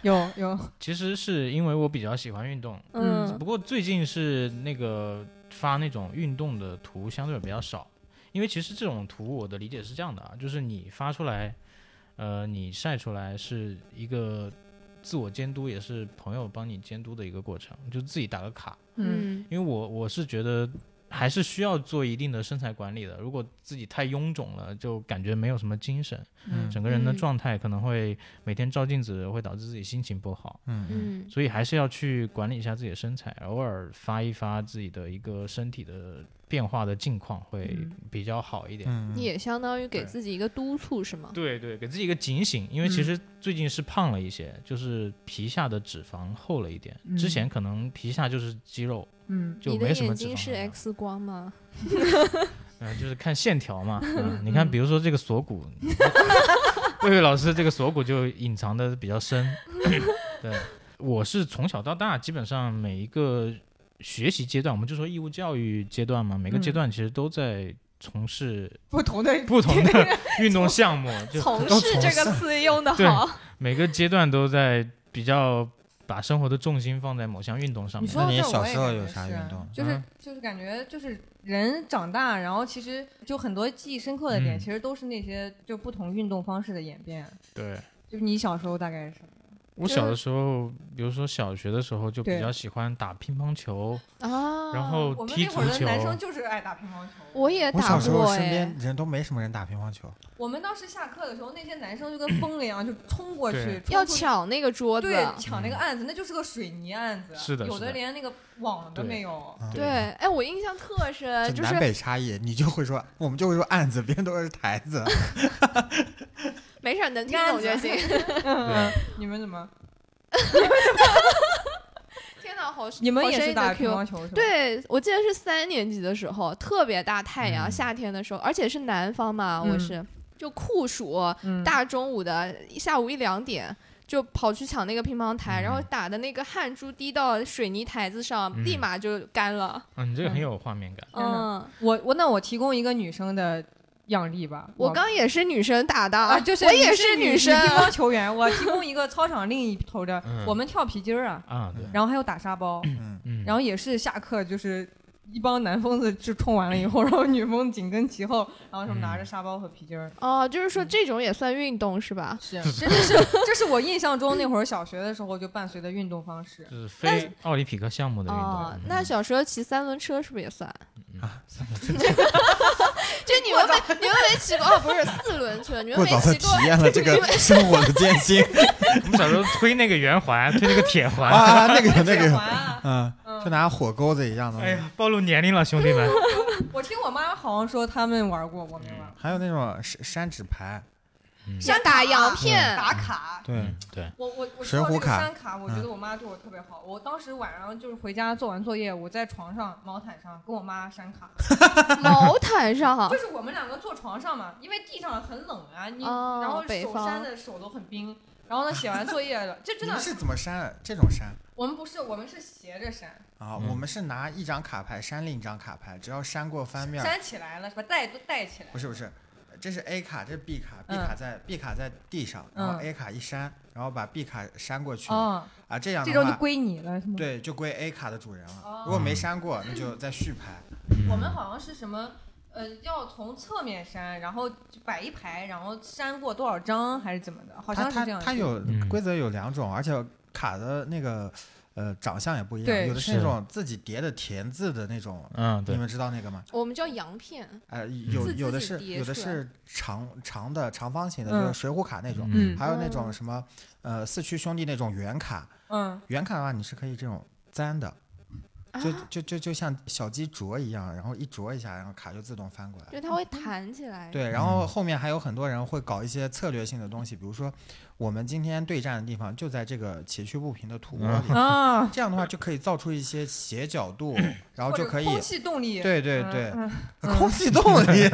Speaker 1: 有有，
Speaker 4: 其实是因为我比较喜欢运动，
Speaker 2: 嗯
Speaker 4: 不过最近是那个发那种运动的图相对比较少，因为其实这种图我的理解是这样的啊，就是你发出来，呃，你晒出来是一个自我监督，也是朋友帮你监督的一个过程，就自己打个卡。
Speaker 1: 嗯，
Speaker 2: 嗯
Speaker 4: 因为我我是觉得还是需要做一定的身材管理的，如果自己太臃肿了，就感觉没有什么精神，
Speaker 3: 嗯
Speaker 4: 整个人的
Speaker 2: 嗯
Speaker 4: 状态可能会每天照镜子会导致自己心情不好。
Speaker 3: 嗯
Speaker 2: 嗯
Speaker 4: 所以还是要去管理一下自己的身材，偶尔发一发自己的一个身体的变化的近况会
Speaker 1: 嗯
Speaker 4: 比较好一点。
Speaker 3: 嗯，
Speaker 2: 你也相当于给
Speaker 4: 对
Speaker 2: 自己一个督促是吗？
Speaker 4: 对对，给自己一个警醒，因为
Speaker 2: 嗯
Speaker 4: 其实最近是胖了一些，就是皮下的脂肪厚了一点，
Speaker 1: 嗯
Speaker 4: 之前可能皮下就是肌肉，
Speaker 1: 嗯，
Speaker 4: 就
Speaker 2: 你的
Speaker 4: 没什么
Speaker 2: 眼
Speaker 4: 脂肪
Speaker 2: 睛
Speaker 4: 了。
Speaker 2: 是 X 光吗？
Speaker 4: 嗯，就是看线
Speaker 1: [LAUGHS]
Speaker 4: 条嘛。嗯，你看，比如说这个锁骨， [LAUGHS] 魏魏老师这个锁骨就隐藏的比
Speaker 1: [LAUGHS]
Speaker 4: 较深。对，我是从小到大，基本上每一个学习阶段，我们就说义务教育阶段嘛，每个阶
Speaker 1: 嗯
Speaker 4: 段其实都在从事
Speaker 1: 不同的
Speaker 4: 不同 [LAUGHS]
Speaker 1: [LAUGHS]
Speaker 4: 的运动项目，就
Speaker 2: 从
Speaker 4: 都
Speaker 2: 事这个词用的
Speaker 4: 对
Speaker 2: 好， [LAUGHS]
Speaker 4: 每个阶段都在比较把生活的重心放在某项运动上
Speaker 1: 你
Speaker 4: 面。
Speaker 1: 说到
Speaker 3: 那你
Speaker 1: 这儿
Speaker 3: 小
Speaker 1: 我也
Speaker 3: 时候
Speaker 1: 感
Speaker 3: 有
Speaker 1: 觉
Speaker 3: 啥
Speaker 1: 是
Speaker 3: 运动
Speaker 1: 就是
Speaker 4: 嗯
Speaker 1: 就是感觉就是人长大，然后其实就很多记忆深刻的点，
Speaker 4: 嗯
Speaker 1: 其实都是那些就不同运动方式的演变。
Speaker 4: 对。
Speaker 1: 就你小时候大概是什么？
Speaker 4: 我
Speaker 2: 就
Speaker 4: 小
Speaker 2: 是
Speaker 4: 的时候，比如说小学的时候，就比
Speaker 1: 对
Speaker 4: 较喜欢打乒乓球，
Speaker 2: 啊，
Speaker 4: 然后
Speaker 1: 我们
Speaker 4: 踢
Speaker 1: 那
Speaker 4: 足
Speaker 1: 会儿的
Speaker 4: 球。
Speaker 1: 男生就是爱打乒乓球。
Speaker 2: 我也
Speaker 3: 嗯我
Speaker 2: 打
Speaker 3: 小时候
Speaker 2: 过
Speaker 3: 身
Speaker 2: 哎
Speaker 3: 边，人都没什么人打乒乓球，
Speaker 1: 我们当时下课的时候，那些男生就跟疯了一样，就冲过去
Speaker 4: 对，
Speaker 1: 冲
Speaker 2: 要
Speaker 1: 出去
Speaker 2: 抢那个桌子，
Speaker 1: 对抢那个案子，那就是个水泥案子，
Speaker 4: 嗯是的
Speaker 1: 有
Speaker 4: 是的
Speaker 1: 连那个网都
Speaker 4: 对
Speaker 1: 没有。
Speaker 3: 嗯
Speaker 2: 对，哎，我印象特深，
Speaker 3: 就
Speaker 2: 呃就
Speaker 3: 南
Speaker 2: 是
Speaker 3: 北差异，你就会说，我们就会说案子，别人都是台子。
Speaker 2: 没事儿能听懂就行。
Speaker 4: 嗯
Speaker 2: 嗯
Speaker 4: 对，
Speaker 1: 你们怎么？
Speaker 2: 天哪，好深，
Speaker 1: 你们
Speaker 2: 好
Speaker 1: 也
Speaker 2: 深
Speaker 1: 是
Speaker 2: 一个
Speaker 1: 打乒
Speaker 2: Q
Speaker 1: 乓球是吧？，
Speaker 2: 对，我记得是三年级的时候，特别大太阳，夏天的时候，而且是南方嘛，我
Speaker 1: 嗯
Speaker 2: 是就酷暑，
Speaker 1: 嗯
Speaker 2: 大中午的下午一两点。就跑去抢那个乒乓台，
Speaker 4: 嗯
Speaker 2: 然后打的那个汗珠滴到水泥台子上，
Speaker 4: 嗯
Speaker 2: 立马就干了。
Speaker 4: 嗯，你这个很有画面感。
Speaker 1: 天哪
Speaker 2: 嗯，
Speaker 1: 我我那我提供一个女生的样例吧。
Speaker 2: 我刚也是女生打的，
Speaker 1: 啊，就是
Speaker 2: 我也是
Speaker 1: 你是
Speaker 2: 女生
Speaker 1: 你。乒乓球员。我提供一个操场另一头的，
Speaker 4: 嗯
Speaker 1: 我们跳皮筋儿啊，
Speaker 4: 啊，对，
Speaker 1: 然后还有打沙包，
Speaker 3: 嗯，
Speaker 4: 嗯，
Speaker 1: 然后也是下课就是。一帮男疯子就冲完了以后，然后女疯紧跟其后，然后什么拿
Speaker 4: 嗯
Speaker 1: 着沙包和皮筋儿，
Speaker 2: [LAUGHS] 哦，就是说这种也算运动是吧？
Speaker 1: 是，这就是这是我印象中那会儿小学的时候就伴随的运动方式。
Speaker 4: 就是
Speaker 2: 但
Speaker 4: 非奥林匹克项目的运动。
Speaker 2: 哦
Speaker 4: 啊嗯，
Speaker 2: 那小时候骑三轮车是不是也算？ [LAUGHS] 这你们
Speaker 1: 过
Speaker 2: 没你们没骑过哦，不是四轮车，你们
Speaker 3: 过
Speaker 2: 没
Speaker 3: 早的
Speaker 2: 骑
Speaker 3: 体
Speaker 2: 过。
Speaker 3: 验了这个生活的艰辛
Speaker 4: 我们小时候推那个圆环，推那个铁环，
Speaker 3: 啊，
Speaker 1: [LAUGHS]
Speaker 3: 那个有那个
Speaker 1: 铁
Speaker 3: 有
Speaker 1: 环，啊，
Speaker 3: 嗯，就拿火钩子一样的
Speaker 4: 哎
Speaker 3: 东西。
Speaker 4: 呀，暴露年龄了，兄弟们。
Speaker 1: 我听我妈好像说他们玩过，我没玩过。
Speaker 3: 还有那种山山纸牌，
Speaker 4: 嗯
Speaker 2: 像打洋片，
Speaker 1: 打卡，
Speaker 3: 对
Speaker 4: 嗯，对，
Speaker 1: 我我我知
Speaker 3: 水
Speaker 1: 道
Speaker 3: 浒
Speaker 1: 这个
Speaker 3: 卡嗯
Speaker 1: 三卡，我觉得我妈对我特别好。我当时晚上就是回家做完作业，我在床上毛毯上跟我妈删卡，
Speaker 2: 毛毯上
Speaker 1: 就是我们两个坐床上嘛，因为地上很冷啊，你、
Speaker 2: 哦
Speaker 1: 然后
Speaker 2: 北
Speaker 1: 手
Speaker 2: 方
Speaker 1: 扇的手都很冰。然后呢，写完作业了，这
Speaker 3: 你
Speaker 1: 真的
Speaker 3: 们是怎么删的？这种删
Speaker 1: 我们不是我们是斜着删，
Speaker 3: 啊？
Speaker 4: 嗯
Speaker 3: 我们是拿一张卡牌删另一张卡牌，只要删过翻面儿，
Speaker 1: 删起来了，把带都带起来
Speaker 3: 不。是不是，这是 A 卡，这是 B 卡，B
Speaker 1: 嗯
Speaker 3: 卡在 B 卡在地上，然后
Speaker 1: 嗯
Speaker 3: A 卡一删，然后把 B 卡删过去
Speaker 1: 嗯，
Speaker 3: 啊，这样
Speaker 1: 这
Speaker 3: 的
Speaker 1: 周就
Speaker 3: 话，
Speaker 1: 归你了，是吗？
Speaker 3: 对，就归 A 卡的主人了。
Speaker 1: 哦
Speaker 3: 如果没删过，那就再续牌。
Speaker 1: 我们好像是什么，呃，要从侧面删，然后就摆一排，然后删过多少张还是怎么的，好像
Speaker 3: 它
Speaker 1: 是这
Speaker 3: 它
Speaker 1: 样。
Speaker 3: 它有
Speaker 4: 嗯
Speaker 3: 规则有两种，而且卡的那个呃长相也不一样，
Speaker 1: 对
Speaker 3: 有的是
Speaker 4: 是
Speaker 3: 那种自己叠的田字的那种，
Speaker 4: 嗯，
Speaker 3: 你
Speaker 4: 对，
Speaker 3: 们知道那个吗？
Speaker 2: [LAUGHS] 我们叫洋片，
Speaker 3: 呃，有
Speaker 2: 自
Speaker 3: 有的
Speaker 2: 自己
Speaker 3: 是
Speaker 2: 叠
Speaker 3: 有的
Speaker 2: 出来
Speaker 3: 是长长的长方形的，
Speaker 1: 嗯
Speaker 3: 就是水浒卡那种，
Speaker 1: 嗯
Speaker 3: 还有那
Speaker 2: 哦
Speaker 3: 种什么呃四驱兄弟那种圆卡， [LAUGHS]
Speaker 1: 嗯，
Speaker 3: 圆卡的话你是可以这种粘的。就
Speaker 2: 啊
Speaker 3: 就就就像小鸡啄一样，然后一啄一下，然后卡就自动翻过来
Speaker 2: 因。为它会弹起来。
Speaker 3: 对，然后后面还有很多人会搞一些策略性的东西，比如说我们今天对战的地方就在这个崎岖不平的土窝里，
Speaker 1: 啊，
Speaker 3: [LAUGHS] 这样的话就可以造出一些斜角
Speaker 2: [COUGHS]
Speaker 3: 度，然后就可以
Speaker 1: 空气动力，
Speaker 3: 对对
Speaker 1: 嗯
Speaker 3: 对，
Speaker 1: 嗯
Speaker 3: [LAUGHS] 空气动力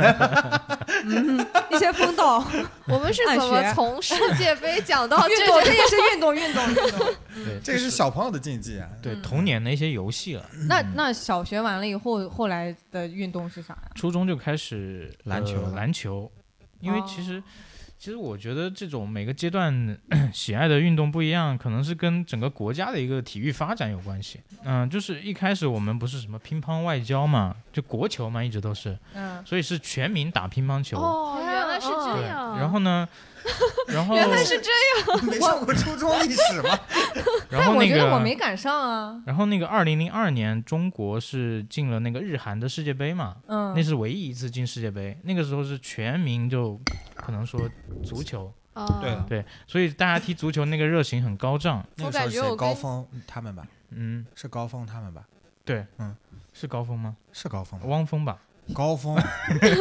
Speaker 1: 一些 [LAUGHS] 风道
Speaker 2: 我们是
Speaker 1: 暗
Speaker 2: 怎么
Speaker 1: 学
Speaker 2: 从世界杯讲
Speaker 1: [LAUGHS]
Speaker 2: 到
Speaker 1: 运
Speaker 2: 这
Speaker 1: 动，
Speaker 2: 个？
Speaker 1: 这也是运
Speaker 3: [LAUGHS]
Speaker 1: 动运动运动。
Speaker 4: 对，
Speaker 3: 这个是小朋友的禁
Speaker 2: [LAUGHS]
Speaker 3: 忌啊。
Speaker 4: 对
Speaker 1: 嗯
Speaker 4: 童年的一些游戏了。
Speaker 1: 那那小学完了以后，后来的运动是啥呀？
Speaker 4: 初中就开始
Speaker 3: 篮球
Speaker 4: 呃
Speaker 3: 了
Speaker 4: 篮球，因为
Speaker 1: 哦
Speaker 4: 其实、其实我觉得这种每个阶段喜爱的运动不一样，可能是跟整个国家的一个体育发展有关系。嗯、就是一开始我们不是什么乒乓外交嘛，就国球嘛，一直都是，
Speaker 1: 嗯，
Speaker 4: 所以是全民打乒乓球。
Speaker 2: 哦，原来是
Speaker 4: 对，
Speaker 2: 这样。
Speaker 4: 然
Speaker 2: [LAUGHS]
Speaker 4: 后呢，然后
Speaker 2: 原来是这样。
Speaker 3: 没上过初中历史吗？
Speaker 4: 然
Speaker 1: 但
Speaker 4: 后
Speaker 1: 我
Speaker 4: 那
Speaker 1: 觉得我
Speaker 4: 个
Speaker 1: 没赶上啊。
Speaker 4: 然后那个二零零二年中国是进了那个日韩的世界杯嘛，
Speaker 1: 嗯
Speaker 4: 那，是唯一一次进世界杯，那个时候是全民就可能说足球，
Speaker 2: 啊
Speaker 3: 对
Speaker 4: 对，所以大家踢足球那个热情很高涨，
Speaker 3: 那
Speaker 2: 我
Speaker 3: 个时
Speaker 2: 感
Speaker 3: 候
Speaker 2: 觉我
Speaker 3: 谁
Speaker 2: 跟
Speaker 3: 高峰他们吧？
Speaker 4: 嗯，
Speaker 3: 是高峰他们吧？
Speaker 4: 对，
Speaker 3: 嗯，
Speaker 4: 是高峰吗？
Speaker 3: 是高峰吧，
Speaker 4: 汪峰吧，
Speaker 3: 高峰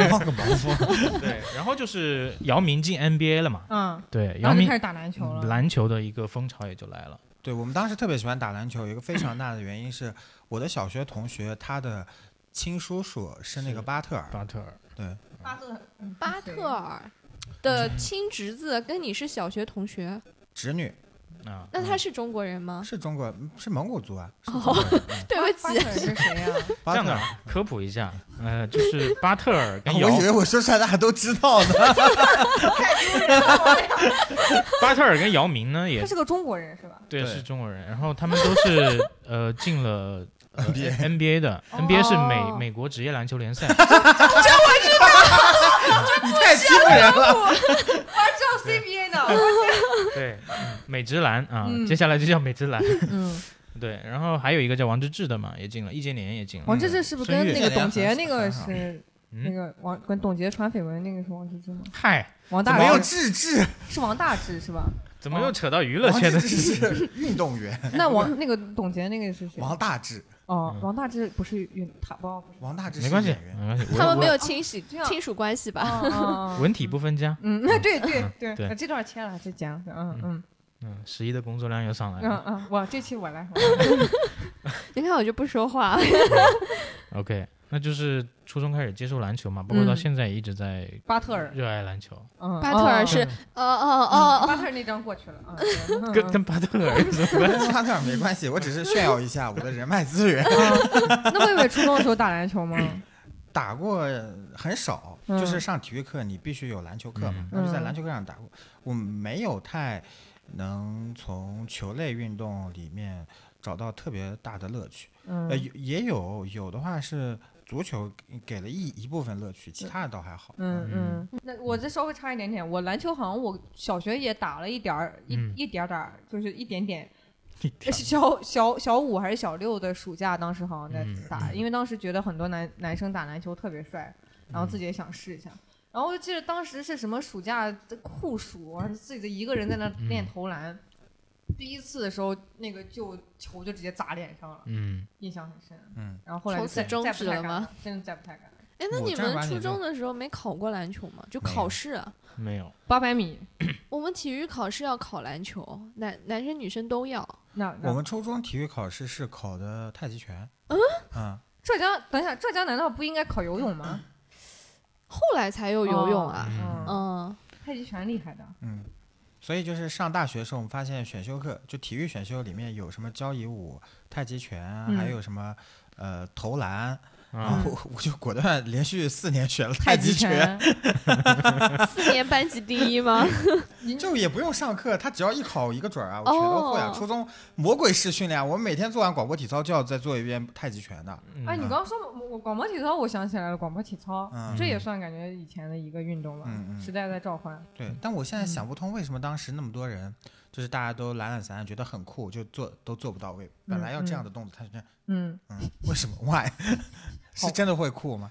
Speaker 3: 放个毛峰，
Speaker 4: 对， [LAUGHS] 然后就是姚明进 NBA 了嘛，
Speaker 1: 嗯，
Speaker 4: 对，
Speaker 1: 然
Speaker 4: 姚
Speaker 1: 后就
Speaker 4: 明
Speaker 1: 开始打篮球了。
Speaker 4: 嗯篮球的一个风潮也就来了，
Speaker 3: 对我们当时特别喜欢打篮球，有一个非常大的原因是我的小学同学他的亲叔叔是那个
Speaker 4: 是
Speaker 3: 巴特尔，
Speaker 4: 巴特尔，
Speaker 1: 巴特，嗯
Speaker 2: 巴特，尔的亲侄子跟你是小学同学，
Speaker 3: 侄女
Speaker 4: 啊，
Speaker 2: 那他是中国人
Speaker 1: 嗯
Speaker 2: 吗？
Speaker 3: 是中国人是蒙古族啊，是中国人嗯
Speaker 2: 对不
Speaker 1: 巴
Speaker 2: 起
Speaker 1: 特，尔是谁啊呀？
Speaker 4: 这
Speaker 3: 巴
Speaker 4: 样
Speaker 3: 特
Speaker 4: 的
Speaker 3: 尔。
Speaker 4: 啊科普一下，呃，就是巴特尔
Speaker 3: 啊
Speaker 4: [LAUGHS] 跟姚
Speaker 3: 我以为我说出来大家都知道呢，
Speaker 4: 巴特尔跟姚明呢也
Speaker 1: 他是个中国人是吧？
Speaker 4: 对
Speaker 3: 对
Speaker 4: 是中国人，然后他们都是呃进了。呃
Speaker 3: NBA
Speaker 4: NBA 的
Speaker 1: 哦
Speaker 4: NBA 是美美国职业篮球联赛，
Speaker 3: [LAUGHS] 你太欺负人了。
Speaker 1: 我还知道 CBA 呢。
Speaker 4: 对，嗯美职篮啊
Speaker 1: 嗯，
Speaker 4: 接下来就叫美职篮，
Speaker 1: [LAUGHS]
Speaker 4: [LAUGHS]
Speaker 1: 嗯，
Speaker 4: 对，然后还有一个叫王治郅的嘛，也进了，易建联也进了。
Speaker 1: 王治郅哦是不是跟那个董洁那个
Speaker 3: 孙
Speaker 1: 是那
Speaker 4: 嗯，
Speaker 1: 个王跟董洁传绯闻那个是王治郅吗？
Speaker 4: 嗨，
Speaker 1: 王
Speaker 3: 怎
Speaker 1: 大
Speaker 3: 么有
Speaker 1: 治
Speaker 3: 治治？
Speaker 1: 是王大治是吧？
Speaker 4: 怎么又扯到娱乐
Speaker 3: 王
Speaker 4: 圈
Speaker 3: 治
Speaker 4: 的？
Speaker 3: 郅是运动员，
Speaker 1: 那王那个董洁那个是谁？
Speaker 3: 王大治，
Speaker 1: 哦
Speaker 4: 嗯，
Speaker 1: 王大治不是运他哦不不是
Speaker 3: 王大治
Speaker 4: [LAUGHS] 没
Speaker 3: 是
Speaker 4: 关系
Speaker 3: 演，员
Speaker 4: 没关系，
Speaker 2: 他们
Speaker 4: 文
Speaker 2: 没有亲属
Speaker 1: 这样
Speaker 2: 亲属关系吧？
Speaker 1: 哦
Speaker 4: [LAUGHS] 文文体不分家。
Speaker 1: 嗯，那对对
Speaker 4: 嗯
Speaker 1: 对，
Speaker 4: 对
Speaker 1: 呃这段切了，这剪了，嗯嗯
Speaker 4: 嗯，十一的工作量又上来
Speaker 1: 嗯
Speaker 4: 了。
Speaker 1: 嗯，我这期我来，我来
Speaker 2: 你看我就不说话，
Speaker 1: 哦
Speaker 4: OK，那就是初中开始接触篮球嘛，不过到现在也一直在
Speaker 1: 巴特尔，
Speaker 4: 热爱篮球，
Speaker 1: 嗯，
Speaker 2: 巴特尔是
Speaker 4: 嗯
Speaker 2: 哦哦
Speaker 1: 哦，
Speaker 2: 哦
Speaker 1: 巴特尔那张过去了，嗯嗯
Speaker 4: 跟
Speaker 1: 嗯
Speaker 4: 跟巴特尔有什么关系？
Speaker 3: 跟巴特尔没关系，我只是炫耀一下我的人脉资源。
Speaker 1: 嗯那魏伟初中的时候打篮球吗？
Speaker 3: 打过很少，
Speaker 1: 嗯
Speaker 3: 就是上体育课你必须有篮球课嘛，
Speaker 1: 嗯
Speaker 3: 然后就在篮球课上打过。我没有太能从球类运动里面找到特别大的乐趣，
Speaker 1: 嗯
Speaker 3: 呃，，有也有有的话是足球给了一一部分乐趣，其他的倒还好。
Speaker 1: 嗯，嗯，那我这稍微差一点点，我篮球好像我小学也打了一点儿，一、
Speaker 4: 嗯
Speaker 1: 一点儿点儿，就是一点点。
Speaker 4: [LAUGHS] 一点
Speaker 1: 小小小五还是小六的暑假，当时好像在
Speaker 4: 嗯
Speaker 1: 打，因为当时觉得很多男男生打篮球特别帅，然后
Speaker 4: 嗯
Speaker 1: 自己也想试一下。然后我就记得当时是什么暑假的酷暑，我自己一个人在那
Speaker 4: 嗯
Speaker 1: 练投篮。第一次的时候，那个就球就直接砸脸上了，
Speaker 4: 嗯，
Speaker 1: 印象很深。
Speaker 3: 嗯，
Speaker 1: 然后后来
Speaker 2: 从
Speaker 1: 就
Speaker 2: 此
Speaker 1: 再
Speaker 2: 终
Speaker 1: 再不
Speaker 2: 止
Speaker 1: 太
Speaker 2: 了
Speaker 1: 敢
Speaker 2: 吗
Speaker 1: 了？真的再不太敢了。
Speaker 2: 哦，哎，那
Speaker 3: 我
Speaker 2: 你
Speaker 3: 正
Speaker 2: 们
Speaker 3: 儿八
Speaker 2: 初
Speaker 3: 经
Speaker 2: 中
Speaker 3: 就
Speaker 2: 的时候没考过篮球吗？就
Speaker 3: 没
Speaker 2: 考
Speaker 3: 有
Speaker 2: 试啊，
Speaker 4: 嗯没有，
Speaker 1: 八百米，
Speaker 2: 我们体育考试要考篮球，男男生女生都要。
Speaker 1: 那那啊
Speaker 3: 我们初中体育考试是考的太极拳。嗯
Speaker 1: 浙江，等一下，浙江难道不应该考游泳吗？
Speaker 2: 后来才有游泳啊。
Speaker 3: 嗯
Speaker 1: 嗯，
Speaker 2: 嗯，
Speaker 1: 太极拳厉害的，
Speaker 3: 嗯，所以就是上大学的时候，我们发现选修课就体育选修里面有什么交谊舞、太极拳，啊还
Speaker 1: 嗯
Speaker 3: 有什么呃投篮，然
Speaker 4: 啊
Speaker 3: 后我我就果断连续四年选了
Speaker 1: 太
Speaker 3: 太
Speaker 1: 极
Speaker 3: 极拳，
Speaker 1: 拳，
Speaker 2: 四年班级第一吗？
Speaker 1: [LAUGHS]
Speaker 3: 就也不用上课，他只要一考一个准儿啊，我全都会啊。
Speaker 2: 哦
Speaker 3: 初中魔鬼式训练啊，我们每天做完广播体操就要再做一遍太极拳的。
Speaker 4: 嗯
Speaker 1: 哎，你刚刚说我我广播体操，我想起来了，广播体操，
Speaker 3: 嗯
Speaker 1: 这也算感觉以前的一个运动了，
Speaker 3: 嗯嗯
Speaker 1: 时代在召唤。
Speaker 3: 对，但我现在想不通为什么当时那么多人，就是大家都懒懒散散，觉得很酷，就做都做不到位。本来要这样的动作，他是这样，
Speaker 1: 嗯，
Speaker 3: 嗯，为什么？Why？是真的会酷吗？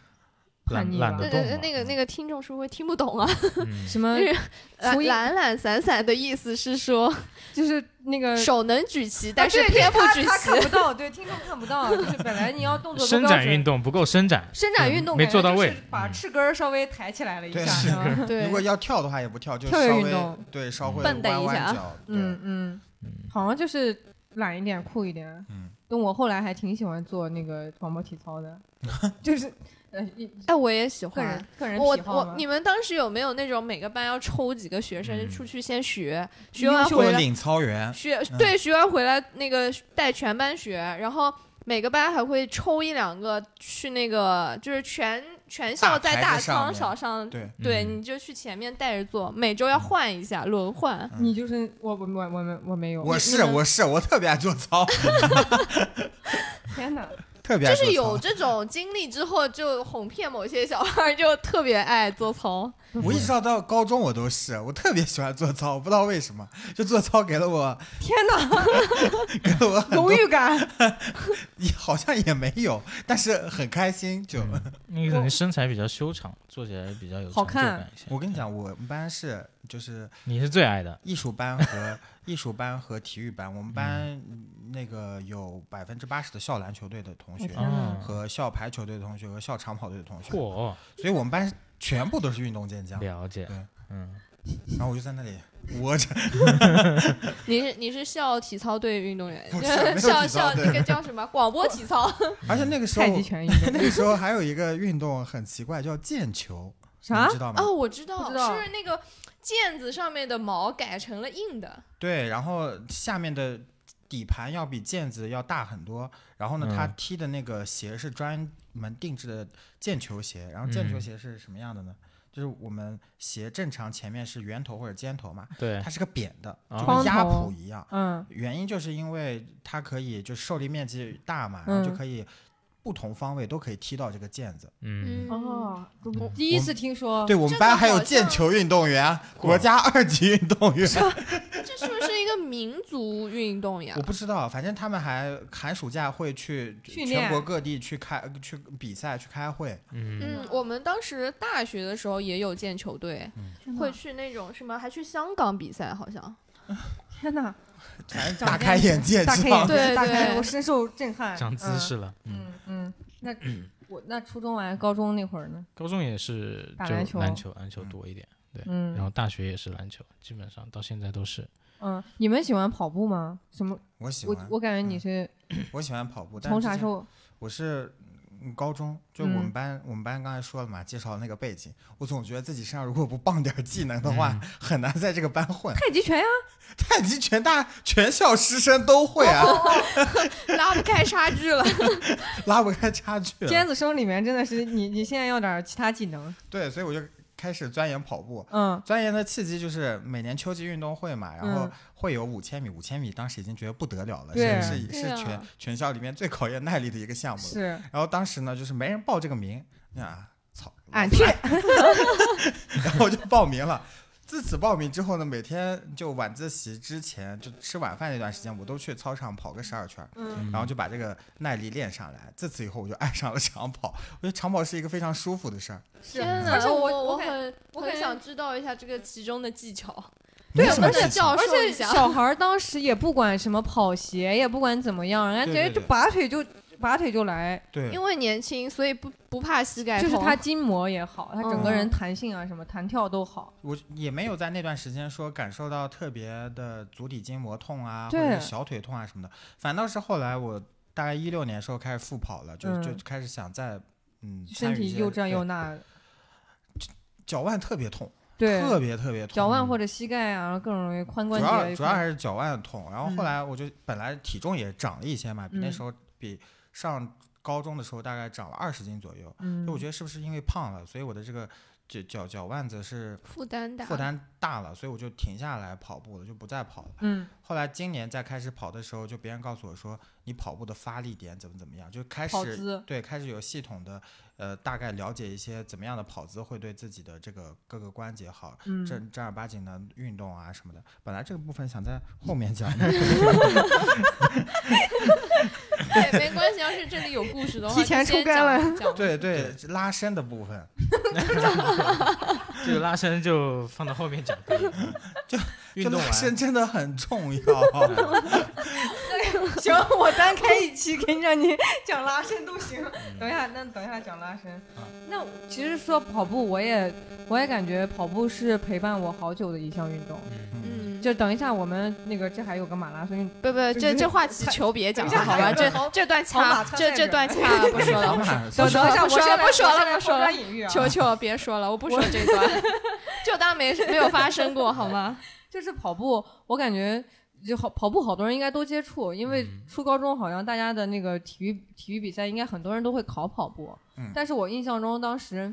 Speaker 1: 叛逆
Speaker 4: 懒
Speaker 1: 吧
Speaker 4: 懒
Speaker 2: 那
Speaker 4: 得
Speaker 2: 个
Speaker 4: 动
Speaker 2: 那
Speaker 4: 嘛
Speaker 2: 个那个听众是不是听不懂啊？
Speaker 4: 嗯
Speaker 1: 什么
Speaker 2: 就是懒
Speaker 1: 初一
Speaker 2: 懒懒呃散散的意思是说
Speaker 1: 就是那个，
Speaker 2: 手能举旗，但
Speaker 1: 呃啊
Speaker 2: 是
Speaker 1: 对
Speaker 2: 偏不
Speaker 1: 他
Speaker 2: 举
Speaker 1: 他看
Speaker 2: 旗。
Speaker 1: 不到，对听众看不到，就是本来你要动作
Speaker 4: 伸展运
Speaker 1: 动，
Speaker 4: 动不够伸展，
Speaker 1: 伸展运动
Speaker 4: 没
Speaker 1: 感觉
Speaker 4: 做到
Speaker 1: 就是
Speaker 4: 位
Speaker 1: 把
Speaker 4: 嗯
Speaker 1: 翅根儿稍微抬起来了一
Speaker 3: 对
Speaker 1: 下，是吧
Speaker 3: 如
Speaker 2: 对
Speaker 3: 果，要跳的话，也不跳，就稍
Speaker 1: 跳跃运
Speaker 3: 微
Speaker 1: 动
Speaker 3: 对稍微
Speaker 2: 蹦跶
Speaker 3: 弯
Speaker 2: 一下
Speaker 3: 弯脚。
Speaker 1: 嗯
Speaker 3: 对，
Speaker 1: 嗯，
Speaker 4: 嗯
Speaker 1: 好像就是懒一点，酷一点。
Speaker 3: 嗯，
Speaker 1: 但我后来还挺喜欢做那个广播体操
Speaker 3: [LAUGHS]
Speaker 1: 的，就是呃一
Speaker 2: 哎，我也喜
Speaker 1: 个
Speaker 2: 欢
Speaker 1: 人。个人
Speaker 2: 我
Speaker 1: 喜好
Speaker 2: 我
Speaker 1: 嘛。
Speaker 2: 你们当时有没有那种每个班要抽几个学生
Speaker 4: 嗯
Speaker 2: 出去先学，
Speaker 1: 一
Speaker 2: 学
Speaker 1: 定
Speaker 2: 完
Speaker 1: 是
Speaker 2: 回
Speaker 3: 做
Speaker 2: 来
Speaker 3: 领操员，
Speaker 2: 学
Speaker 3: 嗯
Speaker 2: 对学完回来那个带全班学，然后每个班还会抽一两个去那个就是全全校在
Speaker 3: 大
Speaker 2: 大
Speaker 3: 台子上
Speaker 2: 操
Speaker 3: 面
Speaker 2: 场上，
Speaker 3: 对，嗯
Speaker 2: 对
Speaker 4: 嗯
Speaker 2: 你就去前面带着做，每周要换一下轮换。
Speaker 1: 你就是我我我我没我没有，
Speaker 3: 我
Speaker 1: 你
Speaker 3: 是
Speaker 1: 你们
Speaker 3: 我是我特别爱做操， [LAUGHS]
Speaker 1: 天哪，
Speaker 3: 特别
Speaker 2: 就
Speaker 3: 爱做
Speaker 2: 是有
Speaker 3: 操。
Speaker 2: 这种经历之后，就哄骗某些小孩儿，就特别爱做操。
Speaker 3: 我一直到到高中我都是，我特别喜欢做操，我不知道为什么，就做操给了我
Speaker 1: [LAUGHS] 天哪，
Speaker 3: 给了我很
Speaker 1: 荣
Speaker 3: 多，
Speaker 1: 誉
Speaker 3: [LAUGHS]
Speaker 1: 感，
Speaker 3: 也好像也没有，但是很开心就。
Speaker 4: 那个可能身材比较修长，做起来比较有
Speaker 1: 好
Speaker 4: 成就
Speaker 1: 看
Speaker 4: 感一些。
Speaker 3: 我跟你讲，我们班是就是
Speaker 4: 你是最爱的，
Speaker 3: 艺术班和艺术班和体育班，我们班那个有百分之八十的校篮球队的同学
Speaker 1: 天，哪
Speaker 4: 哦
Speaker 3: 和校排球队的同学和校长跑队的同学，
Speaker 4: 嚯，
Speaker 3: 所以我们班全部都是运动健将。
Speaker 4: 了解
Speaker 3: 对，
Speaker 4: 嗯，
Speaker 3: 然后我就在那里，我这
Speaker 2: 你是你是校体操队运动
Speaker 3: [LAUGHS]
Speaker 2: 员
Speaker 3: 不是没，有
Speaker 2: 校
Speaker 3: 体操
Speaker 2: 校
Speaker 3: 队
Speaker 2: 那个叫
Speaker 3: [LAUGHS]
Speaker 2: 什么广播体操？
Speaker 3: 而且那个时候
Speaker 1: 太极拳运动
Speaker 3: 那个时候还有一个运动很奇怪，叫毽球，
Speaker 1: 啥
Speaker 3: 你知道吗？
Speaker 2: 哦，我知道，
Speaker 1: 不知道
Speaker 2: 是那个毽子上面的毛改成了硬的。
Speaker 3: 对，然后下面的底盘要比毽子要大很多，然后呢，他
Speaker 4: 嗯
Speaker 3: 踢的那个鞋是专门定制的毽球鞋，然后毽球
Speaker 4: 嗯
Speaker 3: 鞋是什么样的呢？就是我们鞋正常前面是圆头或者尖头嘛，
Speaker 4: 对
Speaker 3: 它，是个扁的，就
Speaker 4: 哦
Speaker 3: 跟鸭
Speaker 1: 方头
Speaker 3: 蹼一样。
Speaker 1: 嗯
Speaker 3: 原因就是因为它可以就受力面积大嘛，然后就
Speaker 1: 嗯
Speaker 3: 可以不同方位都可以踢到这个毽子。
Speaker 4: 嗯，
Speaker 1: 哦，我第一次听说，
Speaker 3: 对我
Speaker 2: 这个
Speaker 3: 们班还有
Speaker 2: 好
Speaker 3: 毽
Speaker 2: 像
Speaker 3: 球运动员，国
Speaker 4: 哇
Speaker 3: 家二级运动员。
Speaker 1: 啊
Speaker 2: 这是不是一个民族运动呀
Speaker 3: 我？不知道，反正他们还寒暑假会去
Speaker 1: 训
Speaker 3: 全
Speaker 1: 练
Speaker 3: 国各地去开去比赛去开会，
Speaker 4: 嗯，
Speaker 2: 嗯，我们当时大学的时候也有毽球队，会去那种什么，还去香港比赛，好 [LAUGHS] 像。
Speaker 1: 天哪，
Speaker 3: 反正
Speaker 1: 长
Speaker 3: 大
Speaker 1: 见
Speaker 3: 开
Speaker 1: 识
Speaker 3: 眼界，
Speaker 1: 大
Speaker 3: 知
Speaker 1: 开
Speaker 3: 道
Speaker 1: 眼
Speaker 3: 吗
Speaker 2: 对
Speaker 1: 界，大
Speaker 2: 对
Speaker 1: 开，我深受震撼，
Speaker 4: 长姿势了，嗯，
Speaker 1: 嗯，嗯嗯，那我那初中完，高中那会儿呢，
Speaker 4: 高中也是
Speaker 1: 打
Speaker 4: 就
Speaker 1: 篮球
Speaker 4: 篮球，篮球
Speaker 3: 嗯
Speaker 4: 多一点，
Speaker 1: 嗯，
Speaker 4: 然后大学也是篮球，基本上到现在都是，
Speaker 1: 嗯，你们喜欢跑步吗？什么？
Speaker 3: 我喜
Speaker 1: 我
Speaker 3: 欢，
Speaker 1: 我感觉你是
Speaker 3: 我喜欢跑步。但
Speaker 1: 从
Speaker 3: 是之
Speaker 1: 啥
Speaker 3: 前
Speaker 1: 时？候？
Speaker 3: 我是嗯高中，就我们
Speaker 1: 嗯
Speaker 3: 班，我们班刚才说了嘛，介绍那个背景，我总觉得自己身上如果不傍点儿技能的话，很难在这个班混。
Speaker 1: 太极拳呀，
Speaker 3: 太极拳大全校师生都会啊，
Speaker 2: [LAUGHS] 拉不开差距了。
Speaker 3: [LAUGHS] 拉不开差距了。
Speaker 1: 尖子生里面真的是你，你现在要点其他技能，
Speaker 3: 对，所以我就开始钻研跑步。
Speaker 1: 嗯，
Speaker 3: 钻研的契机就是每年秋季运动会嘛，然后
Speaker 1: 嗯
Speaker 3: 会有五千米，五千米当时已经觉得不得了了，
Speaker 1: 对
Speaker 3: 是是
Speaker 2: 对
Speaker 3: 是
Speaker 2: 啊嗯
Speaker 3: 全全校里面最考验耐力的一个项目了。
Speaker 1: 是
Speaker 3: 然后当时呢，就是没人报这个名，啊，操，
Speaker 1: 俺
Speaker 2: 哎
Speaker 3: 老
Speaker 1: 去，
Speaker 3: 然后我就报名了。自此报名之后呢，每天就晚自习之前就吃晚饭那段时间，我都去操场跑个十二圈儿，
Speaker 1: 嗯
Speaker 3: 然后就把这个耐力练上来。自此以后，我就爱上了长跑。我觉得长跑是一个非常舒服的事儿，
Speaker 1: 是
Speaker 2: 天
Speaker 1: 而且
Speaker 2: 哪，
Speaker 1: 我
Speaker 2: 呃我
Speaker 1: 感
Speaker 2: 很
Speaker 1: 我感
Speaker 2: 很
Speaker 1: 觉
Speaker 2: 想知道一下这个其中的技巧。
Speaker 3: 没
Speaker 1: 对
Speaker 3: 什么
Speaker 1: 而且
Speaker 3: 技巧
Speaker 2: 教
Speaker 1: 而
Speaker 2: 授一
Speaker 1: 且
Speaker 2: 下
Speaker 1: 小孩儿当时也不管什么跑鞋，也不管怎么样，人家直
Speaker 3: 对对
Speaker 1: 接就
Speaker 3: 对
Speaker 1: 拔腿就拔腿就来，
Speaker 3: 对
Speaker 2: 因为年轻，所以不不怕膝盖
Speaker 1: 就
Speaker 2: 痛。
Speaker 1: 是他筋膜也好，他整个
Speaker 2: 嗯
Speaker 1: 人弹性啊什么弹跳都好。
Speaker 3: 我也没有在那段时间说感受到特别的足底筋膜痛啊，或
Speaker 1: 对
Speaker 3: 者是小腿痛啊什么的，反倒是后来我大概一六年时候开始复跑了，就、就
Speaker 1: 嗯
Speaker 3: 开始想在嗯
Speaker 1: 身体又这
Speaker 3: 这
Speaker 1: 又那，
Speaker 3: 脚腕特别痛，
Speaker 1: 对，
Speaker 3: 特别特别痛，
Speaker 1: 脚腕或者膝盖啊，然后各种容易髋关节
Speaker 3: 主要
Speaker 1: 一块。
Speaker 3: 主要还是脚腕痛，然后后
Speaker 1: 嗯
Speaker 3: 来我就本来体重也长了一些嘛，比那
Speaker 1: 嗯
Speaker 3: 时候比上高中的时候大概长了二十斤左右，
Speaker 1: 嗯，
Speaker 3: 就我觉得是不是因为胖了，所以我的这个脚脚脚腕子是
Speaker 2: 负担大，
Speaker 3: 负担大了，所以我就停下来跑步了，就不再跑了。
Speaker 1: 嗯，
Speaker 3: 后来今年再开始跑的时候，就别人告诉我说你跑步的发力点怎么怎么样，就开
Speaker 1: 跑
Speaker 3: 始
Speaker 1: 姿
Speaker 3: 对开始有系统的呃大概了解一些怎么样的跑姿会对自己的这个各个关节好，
Speaker 1: 嗯
Speaker 3: [LAUGHS] 正正儿八经的运动啊什么的。本来这个部分想在后面讲的，
Speaker 2: [LAUGHS]
Speaker 3: [LAUGHS]
Speaker 2: 对，没关系。要是这里有故事的话，
Speaker 1: 提前
Speaker 2: 就先
Speaker 1: 出杆
Speaker 2: 讲。讲
Speaker 3: 对对，拉伸的部分，
Speaker 4: 这个拉伸就放到后面讲可以了，
Speaker 3: [LAUGHS] 就
Speaker 4: 运
Speaker 3: 这
Speaker 4: 动
Speaker 3: 拉
Speaker 4: 完
Speaker 3: 伸真的很重要。
Speaker 1: 行，我单开一期给你让你 [LAUGHS] 讲拉伸都行。
Speaker 3: 嗯
Speaker 1: 等一下，那等一下讲拉伸。
Speaker 3: 啊
Speaker 1: 那其实说跑步，我也我也感觉跑步是陪伴我好久的一项运动。
Speaker 4: 嗯，
Speaker 2: 嗯，
Speaker 1: 就等一下，我们那个这还有个马拉松运动，
Speaker 2: 不不，这这话题求别讲了，好吧？这这段
Speaker 1: 好
Speaker 2: 掐
Speaker 1: 马，插
Speaker 2: 这
Speaker 1: 在
Speaker 2: 这
Speaker 1: 这儿
Speaker 2: 段掐了，不说 [LAUGHS] 了。
Speaker 3: 了
Speaker 1: 等
Speaker 2: 说了
Speaker 1: 等一下，
Speaker 2: 不说了
Speaker 1: 我
Speaker 2: 不说了不说了
Speaker 1: 了，隐喻啊。
Speaker 2: 求求别说了，我 [LAUGHS] 不说这段，就当没没有发生过好吗？
Speaker 1: 就是跑步，我感觉就好跑步，好多人应该都接触，因为
Speaker 4: 嗯
Speaker 1: 初高中好像大家的那个体育体育比赛，应该很多人都会考跑步。
Speaker 3: 嗯
Speaker 1: 但是我印象中当时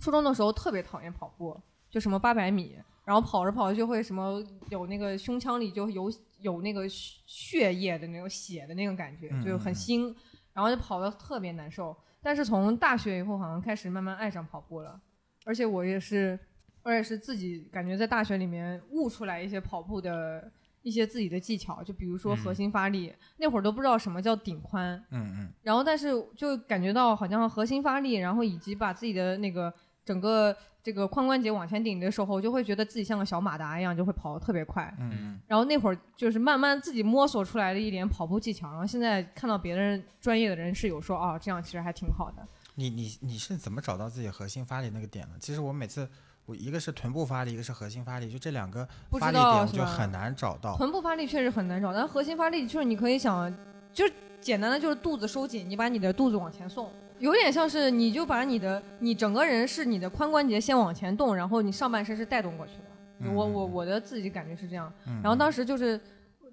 Speaker 1: 初中的时候特别讨厌跑步，就什么八百米，然后跑着跑着就会什么有那个胸腔里就有有那个血血液的那种血的那种感觉，
Speaker 3: 嗯
Speaker 1: 就是很腥，然后就跑的特别难受。但是从大学以后，好像开始慢慢爱上跑步了，而且我也是，我也是自己感觉在大学里面悟出来一些跑步的一些自己的技巧，就比如说核
Speaker 4: 嗯
Speaker 1: 心发力，那会儿都不知道什么叫顶髋，
Speaker 3: 嗯嗯，
Speaker 1: 然后但是就感觉到好像核心发力，然后以及把自己的那个整个这个髋关节往前顶的时候，就会觉得自己像个小马达一样，就会跑得特别快。
Speaker 3: 嗯嗯
Speaker 1: 然后那会儿就是慢慢自己摸索出来的一点跑步技巧，然后现在看到别人专业的人士有说哦，这样其实还挺好的。
Speaker 3: 你你你是怎么找到自己核心发力那个点的？其实我每次我一个是臀部发力，一个是核心发力，就这两个
Speaker 1: 不
Speaker 3: 发
Speaker 1: 知
Speaker 3: 力点
Speaker 1: 道
Speaker 3: 我
Speaker 1: 是
Speaker 3: 就
Speaker 1: 吧？
Speaker 3: 很难找到。
Speaker 1: 臀部发力确实很难找，但核心发力就是你可以想，就是简单的就是肚子收紧，你把你的肚子往前送，有点像是你就把你的你整个人是你的髋关节先往前动，然后你上半身是带动过去的。
Speaker 3: 嗯
Speaker 1: 我我我的自己感觉是这样，
Speaker 3: 嗯、
Speaker 1: 然后当
Speaker 3: 时
Speaker 1: 时就是。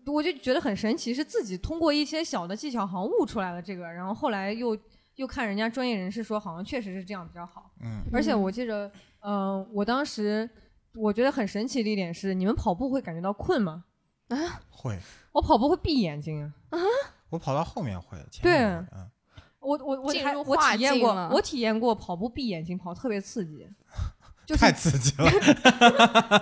Speaker 1: 我就觉得很神奇，是自己通过一些小的技巧，好像悟出来了这个，然后后来又又看人家专业人士说，好像确实是这样比较好。
Speaker 3: 嗯
Speaker 1: 而且我记着，嗯、我当时我觉得很神奇的一点是，你们跑步会感觉到困吗？
Speaker 3: 会，
Speaker 1: 我跑步会闭眼睛啊！
Speaker 3: 我跑到后面会，前
Speaker 1: 对
Speaker 3: 面不会嗯，
Speaker 1: 我我我
Speaker 2: 进
Speaker 1: 还
Speaker 2: 入
Speaker 1: 我
Speaker 2: 化
Speaker 1: 体验
Speaker 2: 境
Speaker 1: 过
Speaker 2: 了，
Speaker 1: 我体验过跑步闭眼睛跑，特别刺
Speaker 3: [LAUGHS]
Speaker 1: 激。就是
Speaker 3: 太刺激
Speaker 1: [LAUGHS]
Speaker 3: 了。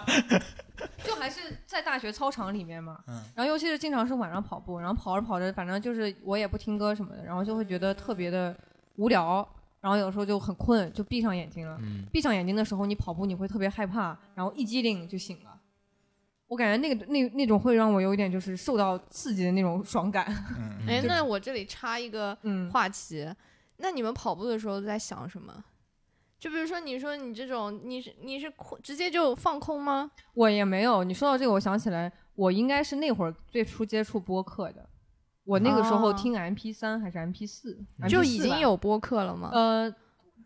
Speaker 1: 就还是在大学操场里面嘛，
Speaker 3: 嗯
Speaker 1: 然后尤其是经常是晚上跑步，然后跑着跑着，反正就是我也不听歌什么的，然后就会觉得特别的无聊，然后有时候就很困，就闭上眼睛了。
Speaker 4: 嗯，
Speaker 1: 闭上眼睛的时候，你跑步你会特别害怕，然后一激灵就醒了。我感觉那个那那种会让我有一点就是受到刺激的那种爽感。
Speaker 3: 嗯，
Speaker 2: 哎，那我这里插一个
Speaker 1: [LAUGHS] 嗯，
Speaker 2: 话题，那你们跑步的时候都在想什么？就比如说，你说你这种，你是你是空直接就放空吗？
Speaker 1: 我也没有。你说到这个，我想起来，我应该是那会儿最初接触播客的。我那个时候
Speaker 2: 哦
Speaker 1: 听 MP 三还是 MP 四，
Speaker 2: 就已经有播客了吗？
Speaker 1: 呃，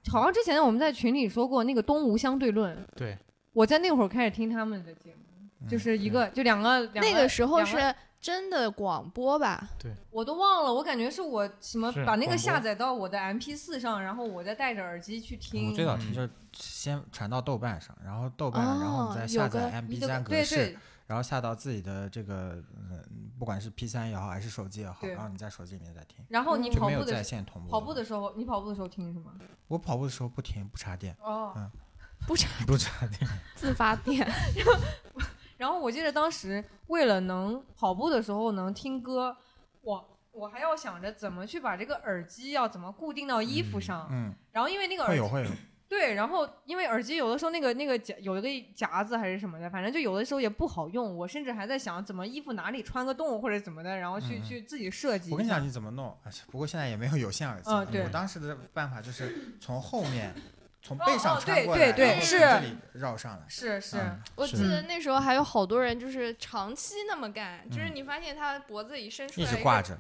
Speaker 1: 好像之前我们在群里说过那个东吴相对论，
Speaker 4: 对，
Speaker 1: 我在那会儿开始听他们的节
Speaker 3: 嗯
Speaker 1: 目，就是一个就两个两
Speaker 2: 那个时候
Speaker 1: 两
Speaker 2: 是真的广播吧？
Speaker 1: 我都忘了，我感觉是我什么
Speaker 4: 是
Speaker 1: 把那个
Speaker 4: 广播
Speaker 1: 下载到我的 MP 四上，然后我再戴着耳机去听
Speaker 3: 我。最早
Speaker 4: 嗯
Speaker 3: 听就是先传到豆瓣上，然后豆瓣，然后
Speaker 2: 哦
Speaker 3: 你再
Speaker 2: 有
Speaker 3: 下
Speaker 2: 个
Speaker 3: 载
Speaker 1: 一
Speaker 3: MP
Speaker 1: 个
Speaker 3: 三格
Speaker 1: 对
Speaker 3: 式，
Speaker 1: 对，
Speaker 3: 然后下到自己的这个嗯，不管是 P 三也好，还是手机也好，
Speaker 1: 对
Speaker 3: 然后你在手机里面再听，
Speaker 1: 然后你
Speaker 3: 就
Speaker 1: 跑
Speaker 3: 没有
Speaker 1: 步
Speaker 3: 在
Speaker 1: 的时
Speaker 3: 线同步。
Speaker 1: 跑步的，时候，你跑步的时候听什么？
Speaker 3: 我跑步的时候不停不插电，
Speaker 1: 哦，
Speaker 2: 不是
Speaker 3: [LAUGHS] 不插电。
Speaker 2: 自 [LAUGHS] 发电，
Speaker 1: 然后我记得当时为了能跑步的时候能听歌，我我还要想着怎么去把这个耳机要怎么固定到衣服上，
Speaker 3: 嗯，
Speaker 1: [LAUGHS] 然后因为那个耳
Speaker 3: 会
Speaker 1: 机
Speaker 3: 有会有，
Speaker 1: 对，然后因为耳机有的时候那个那个夹有一个夹子还是什么的，反正就有的时候也不好用。我甚至还在想怎么衣服哪里穿个洞或者怎么的，然后去、
Speaker 3: 嗯
Speaker 1: 去自己设计一下。
Speaker 3: 我跟你讲你怎么弄，哎不过现在也没有有线耳机了。
Speaker 1: 嗯对
Speaker 3: 我当时的办法就是从后面，从
Speaker 1: 哦
Speaker 3: 背上
Speaker 1: 哦
Speaker 3: 穿
Speaker 1: 对
Speaker 3: 过来，
Speaker 1: 对对
Speaker 3: 然后从
Speaker 1: 是
Speaker 3: 这里绕上来。
Speaker 1: 是是，
Speaker 3: 嗯
Speaker 2: 我记得那时候还有好多人就是长期那么干，就是
Speaker 3: 嗯
Speaker 2: 你发现他脖子里伸出
Speaker 3: 一
Speaker 2: 来
Speaker 3: 直
Speaker 2: 一
Speaker 3: 挂
Speaker 2: 个
Speaker 3: 着，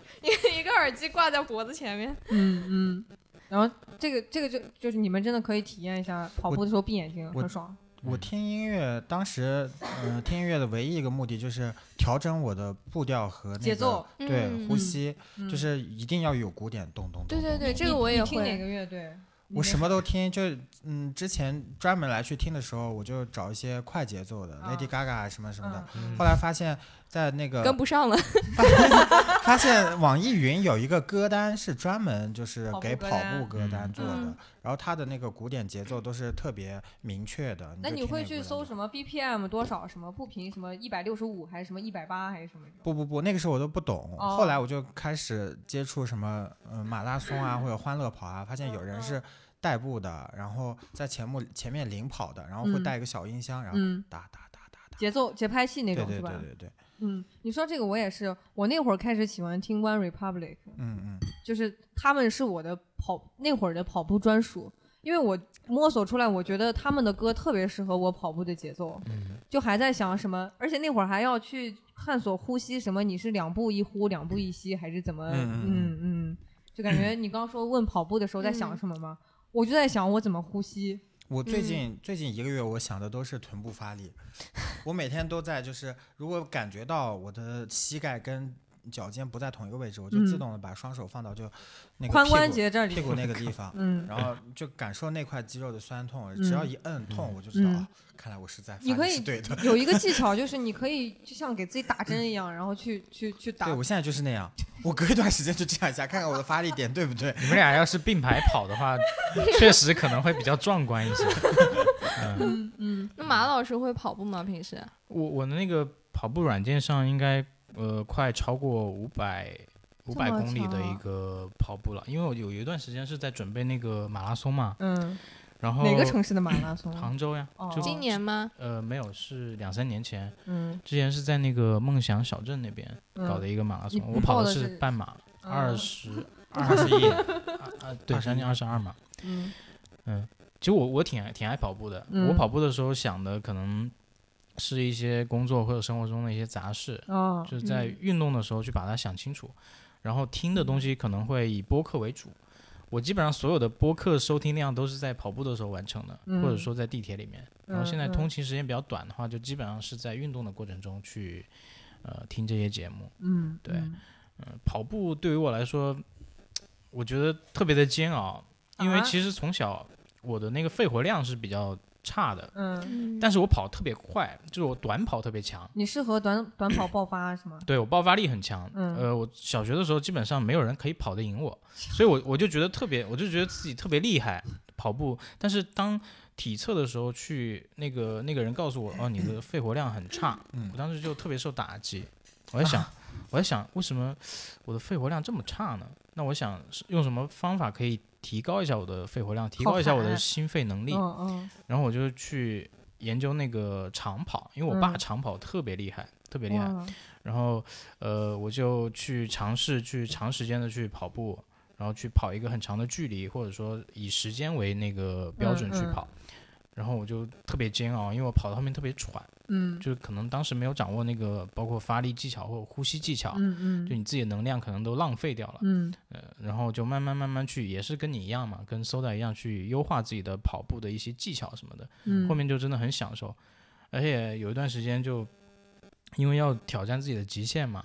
Speaker 2: 一个耳机挂在脖子前面，
Speaker 1: 嗯嗯。然后这个这个就就是你们真的可以体验一下跑步的时候闭眼睛，
Speaker 3: 我
Speaker 1: 很爽。
Speaker 3: 我听音乐，当时嗯、呃听音乐的唯一一个目的就是调整我的步调和、那个、
Speaker 1: 节奏，
Speaker 3: 对
Speaker 2: 嗯
Speaker 3: 呼吸，
Speaker 1: 嗯
Speaker 3: 就是一定要有鼓点，咚咚咚。
Speaker 2: 对对
Speaker 3: 咚
Speaker 2: 对，
Speaker 3: 咚
Speaker 2: 这个我也
Speaker 1: 你听哪
Speaker 2: 会。
Speaker 1: 个乐队？
Speaker 3: 我什么都听，就是嗯，之前专门来去听的时候，我就找一些快节奏的、
Speaker 1: 啊
Speaker 3: Lady Gaga 什么什么的。
Speaker 1: 嗯
Speaker 3: 后来发现，在那个
Speaker 2: 跟不上了，
Speaker 3: [LAUGHS] 发现网易云有一个歌单是专门就是给
Speaker 1: 跑步歌
Speaker 3: 跑
Speaker 1: 单
Speaker 3: 步歌单做的
Speaker 2: 嗯，
Speaker 3: 然后它的那个鼓点节奏都是特别明确的。
Speaker 1: 那你
Speaker 3: 就听
Speaker 1: 会
Speaker 3: 那个
Speaker 1: 去
Speaker 3: 歌单
Speaker 1: 搜
Speaker 3: 就
Speaker 1: 什么 BPM 多少，什么步频，什么一百六十五，还是什么一百八，还是什么？
Speaker 3: 不不不，那个时候我都不懂，
Speaker 1: 哦
Speaker 3: 后来我就开始接触什么嗯、呃马拉松啊或者欢乐跑啊，发现有人是代步的，然后在前幕前面领跑的，然后会
Speaker 1: 嗯
Speaker 3: 带一个小音箱，然后
Speaker 1: 嗯，
Speaker 3: 哒哒哒哒哒，
Speaker 1: 节奏节拍器那
Speaker 3: 对
Speaker 1: 种
Speaker 3: 啊对对
Speaker 1: 是吧？
Speaker 3: 对对，
Speaker 1: 嗯，你说这个我也是，我那会儿开始喜欢听 One Republic，
Speaker 3: 嗯嗯，
Speaker 1: 就是他们是我的跑那会儿的跑步专属，因为我摸索出来，我觉得他们的歌特别适合我跑步的节奏，
Speaker 4: 嗯
Speaker 1: 就还在想什么，而且那会儿还要去探索呼吸，什么你是两步一呼，两步一吸，还是怎么？
Speaker 3: 嗯嗯
Speaker 1: 嗯嗯，就感觉你刚说问跑步的时候在想什么吗？我就在想我怎么呼吸，
Speaker 3: 我
Speaker 1: 嗯
Speaker 3: 最近、最近一个月我想的都是臀部
Speaker 1: [LAUGHS]
Speaker 3: 发力，我每天都在就是如果感觉到我的膝盖跟脚尖不在同一个位置，我就自
Speaker 1: 嗯
Speaker 3: 动的把双手放到就那个
Speaker 1: 髋
Speaker 3: 屁
Speaker 1: 关
Speaker 3: 股
Speaker 1: 节这里，
Speaker 3: 屁股啊那个地方。 [LAUGHS]
Speaker 1: 嗯，
Speaker 3: 然后就感受那块肌肉的酸痛，
Speaker 1: 嗯
Speaker 3: 只要一摁痛，我就知道，
Speaker 1: 嗯
Speaker 3: 啊看来我是在发
Speaker 1: 你可
Speaker 3: 力
Speaker 1: 以
Speaker 3: 是对的。
Speaker 1: 有一个技巧就是你可以就像给自己打针一样，然后去去去打
Speaker 3: 对，我现在就是那样，我隔一段时间就这样一下，看看我的发力点对
Speaker 1: [LAUGHS]
Speaker 3: 不对。
Speaker 4: 你们俩要是并排跑的话，确实可能会比较壮观一些。嗯，
Speaker 1: 嗯嗯
Speaker 2: 那马老师会跑步吗？平时？
Speaker 3: 嗯
Speaker 4: 我我的那个跑步软件上应该呃快超过五百五
Speaker 1: 这么
Speaker 4: 百公里
Speaker 1: 长
Speaker 4: 的
Speaker 1: 啊
Speaker 4: 一个跑步了，因为我有一段时间是在准备那个马拉松嘛，
Speaker 1: 嗯，
Speaker 4: 然后
Speaker 1: 哪个城市的马拉松？
Speaker 4: 杭州呀，
Speaker 1: 哦
Speaker 4: 就
Speaker 2: 今年吗？
Speaker 4: 呃没有是两三年前，
Speaker 1: 嗯，
Speaker 4: 之前是在那个梦想小镇那边
Speaker 1: 嗯
Speaker 4: 搞的一个马拉松，
Speaker 1: 你
Speaker 4: 我跑
Speaker 1: 报
Speaker 4: 的
Speaker 1: 的
Speaker 4: 是
Speaker 1: 是
Speaker 4: 半马，
Speaker 1: 嗯
Speaker 4: 二十
Speaker 1: [LAUGHS]
Speaker 3: 二十一，
Speaker 4: 啊，对，将近二十二嘛。
Speaker 1: 嗯
Speaker 4: 其实我我挺爱挺爱跑步的，
Speaker 1: 嗯
Speaker 4: 我跑步的时候想的可能是一些工作或者生活中的一些杂事，
Speaker 1: 哦，
Speaker 4: 就是在运动的时候去把它想清楚，然后听的
Speaker 1: 嗯
Speaker 4: 东西可能会以播客为主。我基本上所有的播客收听量都是在跑步的时候完成的，
Speaker 1: 嗯
Speaker 4: 或者说在地铁里面。
Speaker 1: 嗯
Speaker 4: 然后现在
Speaker 1: 嗯
Speaker 4: 通勤时间比较短的话，就基本上是在运动的过程中去呃听这些节目。
Speaker 1: 嗯，
Speaker 4: 对
Speaker 1: 嗯
Speaker 4: 嗯，跑步对于我来说，我觉得特别的煎熬，因为
Speaker 1: 啊
Speaker 4: 其实从小我的那个肺活量是比较差的，
Speaker 1: 嗯，
Speaker 4: 但是我跑特别快，就是我短跑特别强，
Speaker 1: 你适合短短跑爆发是吗？
Speaker 4: 对我爆发力很强。
Speaker 1: 嗯
Speaker 4: 呃，我小学的时候基本上没有人可以跑得赢我，所以我我就觉得特别，我就觉得自己特别厉害跑步。但是当体测的时候去那个那个人告诉我，哦，你
Speaker 1: [LAUGHS]
Speaker 4: 的肺活量很差，
Speaker 3: 嗯
Speaker 4: 我当时就特别受打击。我在想，我在想，为什么我的肺活量这么差呢？那我想是用什么方法可以提高一下我的肺活量，提高一下我
Speaker 1: 好
Speaker 4: 的
Speaker 1: 烦
Speaker 4: 心肺能力？
Speaker 1: 嗯
Speaker 4: 然后我就去研究那个长跑，因为我爸
Speaker 1: 嗯
Speaker 4: 长跑特别厉害，特别
Speaker 1: 嗯，
Speaker 4: 厉害。
Speaker 1: 哇
Speaker 4: 然后呃，我就去尝试去长时间的去跑步，然后去跑一个很长的距离，或者说以时间为那个标准去
Speaker 1: 嗯嗯
Speaker 4: 跑。然后我就特别煎熬，因为我跑到后面特别喘，
Speaker 1: 嗯
Speaker 4: 就是可能当时没有掌握那个包括发力技巧或者呼吸技巧，
Speaker 1: 嗯
Speaker 4: 就
Speaker 1: 嗯
Speaker 4: 你自己的能量可能都浪费掉了。呃
Speaker 1: 嗯
Speaker 4: 然后就慢慢慢慢去，也是跟你一样嘛，跟 Soda 一样去优化自己的跑步的一些技巧什么的。
Speaker 1: 嗯，
Speaker 4: 后面就真的很享受，而且有一段时间就因为要挑战自己的极限嘛，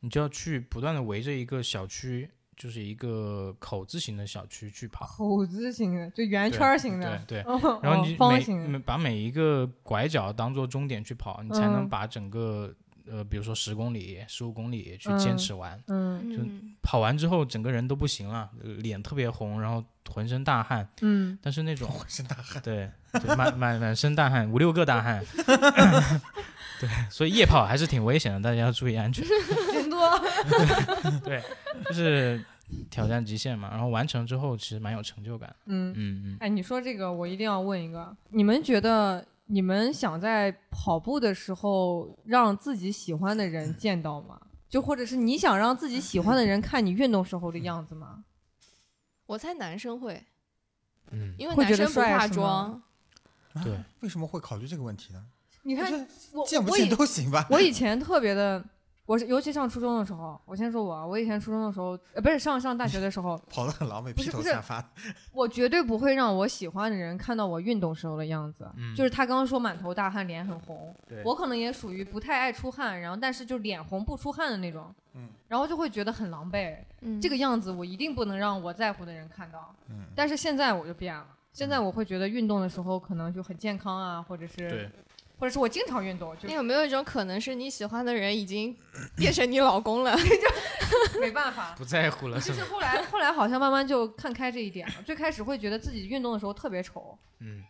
Speaker 4: 你就要去不断的围着一个小区，就是一个口字形的小区去跑，
Speaker 1: 口字形的，就圆圈儿型的，
Speaker 4: 对对。
Speaker 1: 哦，
Speaker 4: 然后
Speaker 1: 哦
Speaker 4: 你
Speaker 1: 方
Speaker 4: 每
Speaker 1: 形的，
Speaker 4: 每把每一个拐角当做终点去跑，你才能
Speaker 1: 嗯
Speaker 4: 把整个呃，比如说十公里、十五公里去坚
Speaker 1: 嗯
Speaker 4: 持完。
Speaker 1: 嗯
Speaker 2: 嗯，
Speaker 4: 跑完之后，整个人都不行了，呃脸特别红，然后浑身大汗，
Speaker 1: 嗯，
Speaker 4: 但是那种
Speaker 3: 浑身大汗。
Speaker 4: 对，就满满满身大汗，五六个大汗。
Speaker 1: [LAUGHS]
Speaker 4: 对，所以夜 [LAUGHS] 跑还是挺危险的，大家要注意安全。
Speaker 1: 人多，
Speaker 4: 对，就是挑战极限嘛，然后完成之后其实蛮有成就感的。
Speaker 1: 嗯，
Speaker 4: 嗯嗯，
Speaker 1: 哎，你说这个我一定要问一个，你们觉得你们想在跑步的时候让自己喜欢的人见到吗？就或者是你想让自己喜欢的人看你运动时候的样子吗？
Speaker 2: 我猜男生会，
Speaker 4: 嗯，
Speaker 2: 因为
Speaker 1: 会
Speaker 2: 男
Speaker 1: 觉得
Speaker 2: 生不
Speaker 1: 帅
Speaker 2: 化
Speaker 1: 是吗
Speaker 2: 妆。
Speaker 3: 啊
Speaker 4: 对，
Speaker 3: 为什么会考虑这个问题呢？
Speaker 1: 你看
Speaker 3: 这
Speaker 1: 我
Speaker 3: 见不
Speaker 1: 我
Speaker 3: 见
Speaker 1: 以
Speaker 3: 都行 [LAUGHS] 吧。
Speaker 1: 我以前特别的，我是尤其上初中的时候，我先说我啊，我以前初中的时候，呃，不是上上大学的时候，
Speaker 3: 跑得很狼狈，
Speaker 1: 不是
Speaker 3: 披头
Speaker 1: 不是
Speaker 3: 散发的。
Speaker 1: 我绝对不会让我喜欢的人看到我运动时候的样子。
Speaker 4: 嗯
Speaker 1: 就是他刚刚说满头大汗，脸很红
Speaker 4: 对，
Speaker 1: 我可能也属于不太爱出汗，然后但是就脸红不出汗的那种，
Speaker 3: 嗯
Speaker 1: 然后就会觉得很狼狈。
Speaker 2: 嗯
Speaker 1: 这个样子我一定不能让我在乎的人看到。
Speaker 3: 嗯，
Speaker 1: 但是现在我就变了，现在我会觉得运动的时候可能就很健康啊，或者是
Speaker 4: 对，
Speaker 1: 或者是我经常运
Speaker 2: [LAUGHS]
Speaker 1: 动，就
Speaker 2: 那有没有一种可能是你喜欢的人已经变成你老公了？
Speaker 1: 没办法。
Speaker 4: 不在乎了
Speaker 1: [LAUGHS] 就
Speaker 4: 是吧
Speaker 1: 是？后来， [LAUGHS] 后来好像慢慢就看开这一点了。最开始会觉得自己运动的时候特别丑，
Speaker 4: 嗯，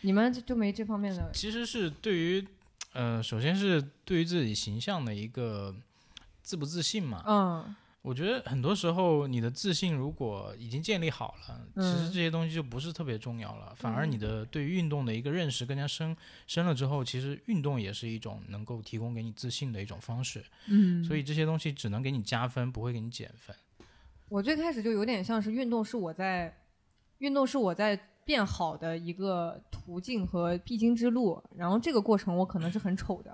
Speaker 1: 你们就就没这方面的
Speaker 4: 其实是对于，呃，首先是对于自己形象的一个自不自信嘛。
Speaker 1: 嗯
Speaker 4: 我觉得很多时候你的自信如果已经建立好了，其实
Speaker 1: 嗯
Speaker 4: 这些东西就不是特别重要了，反而
Speaker 2: 嗯
Speaker 4: 你的对于运动的一个认识更加深深了之后，其实运动也是一种能够提供给你自信的一种方式。
Speaker 1: 嗯
Speaker 4: 所以这些东西只能给你加分，不会给你减分。
Speaker 1: 我最开始就有点像是运动是我在，运动是我在变好的一个途径和必经之路。然后这个过程我可能是很丑的，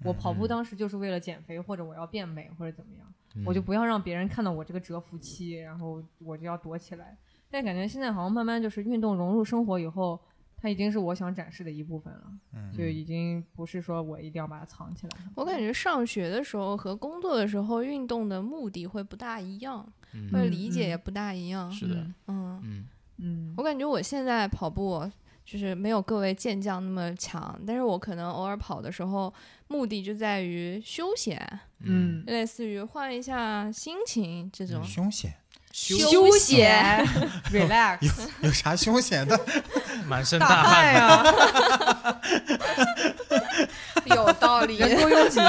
Speaker 4: 嗯
Speaker 1: 我跑步当时就是为了减肥或者我要变美或者怎么样，嗯
Speaker 4: 嗯
Speaker 1: 我就不要让别人看到我这个蛰伏期，然后我就要躲起来。但感觉现在好像慢慢就是运动融入生活以后，它已经是我想展示的一部分了，
Speaker 3: 嗯
Speaker 1: 就已经不是说我一定要把它藏起来。
Speaker 2: 我感觉上学的时候和工作的时候，运动的目的会不大一样，
Speaker 4: 嗯
Speaker 2: 会
Speaker 1: 嗯
Speaker 2: 理解
Speaker 1: 嗯
Speaker 2: 也不大一样。
Speaker 4: 是的，
Speaker 2: 嗯，
Speaker 4: 嗯
Speaker 1: 嗯
Speaker 2: 我感觉我现在跑步就是没有各位健将那么强，但是我可能偶尔跑的时候，目的就在于休闲，
Speaker 1: 嗯，
Speaker 2: 类似于换一下心情这种。
Speaker 3: 凶险，
Speaker 4: 休
Speaker 2: 休闲
Speaker 1: 闲
Speaker 2: [LAUGHS]
Speaker 1: ，relax。
Speaker 3: [LAUGHS] 有啥凶险的？
Speaker 4: 满身
Speaker 1: 大
Speaker 4: 大汗，
Speaker 1: 呀、
Speaker 2: [LAUGHS] 有道理
Speaker 1: [LAUGHS] 人
Speaker 2: [LAUGHS]
Speaker 1: 多拥挤。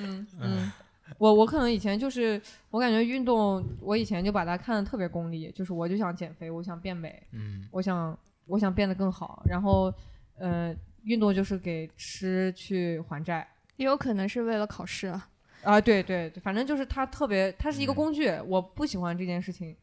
Speaker 1: 嗯嗯，我我可能以前就是，我感觉运动，我以前就把它看得特别功利，就是我就想减肥，我想变美，
Speaker 4: 嗯
Speaker 1: 我想我想变得更好，然后呃，运动就是给吃去还债。
Speaker 2: 也有可能是为了考试啊。
Speaker 1: 啊，对对，反正就是它特别，它是一个
Speaker 4: 嗯
Speaker 1: 工具，我不喜欢这件事情。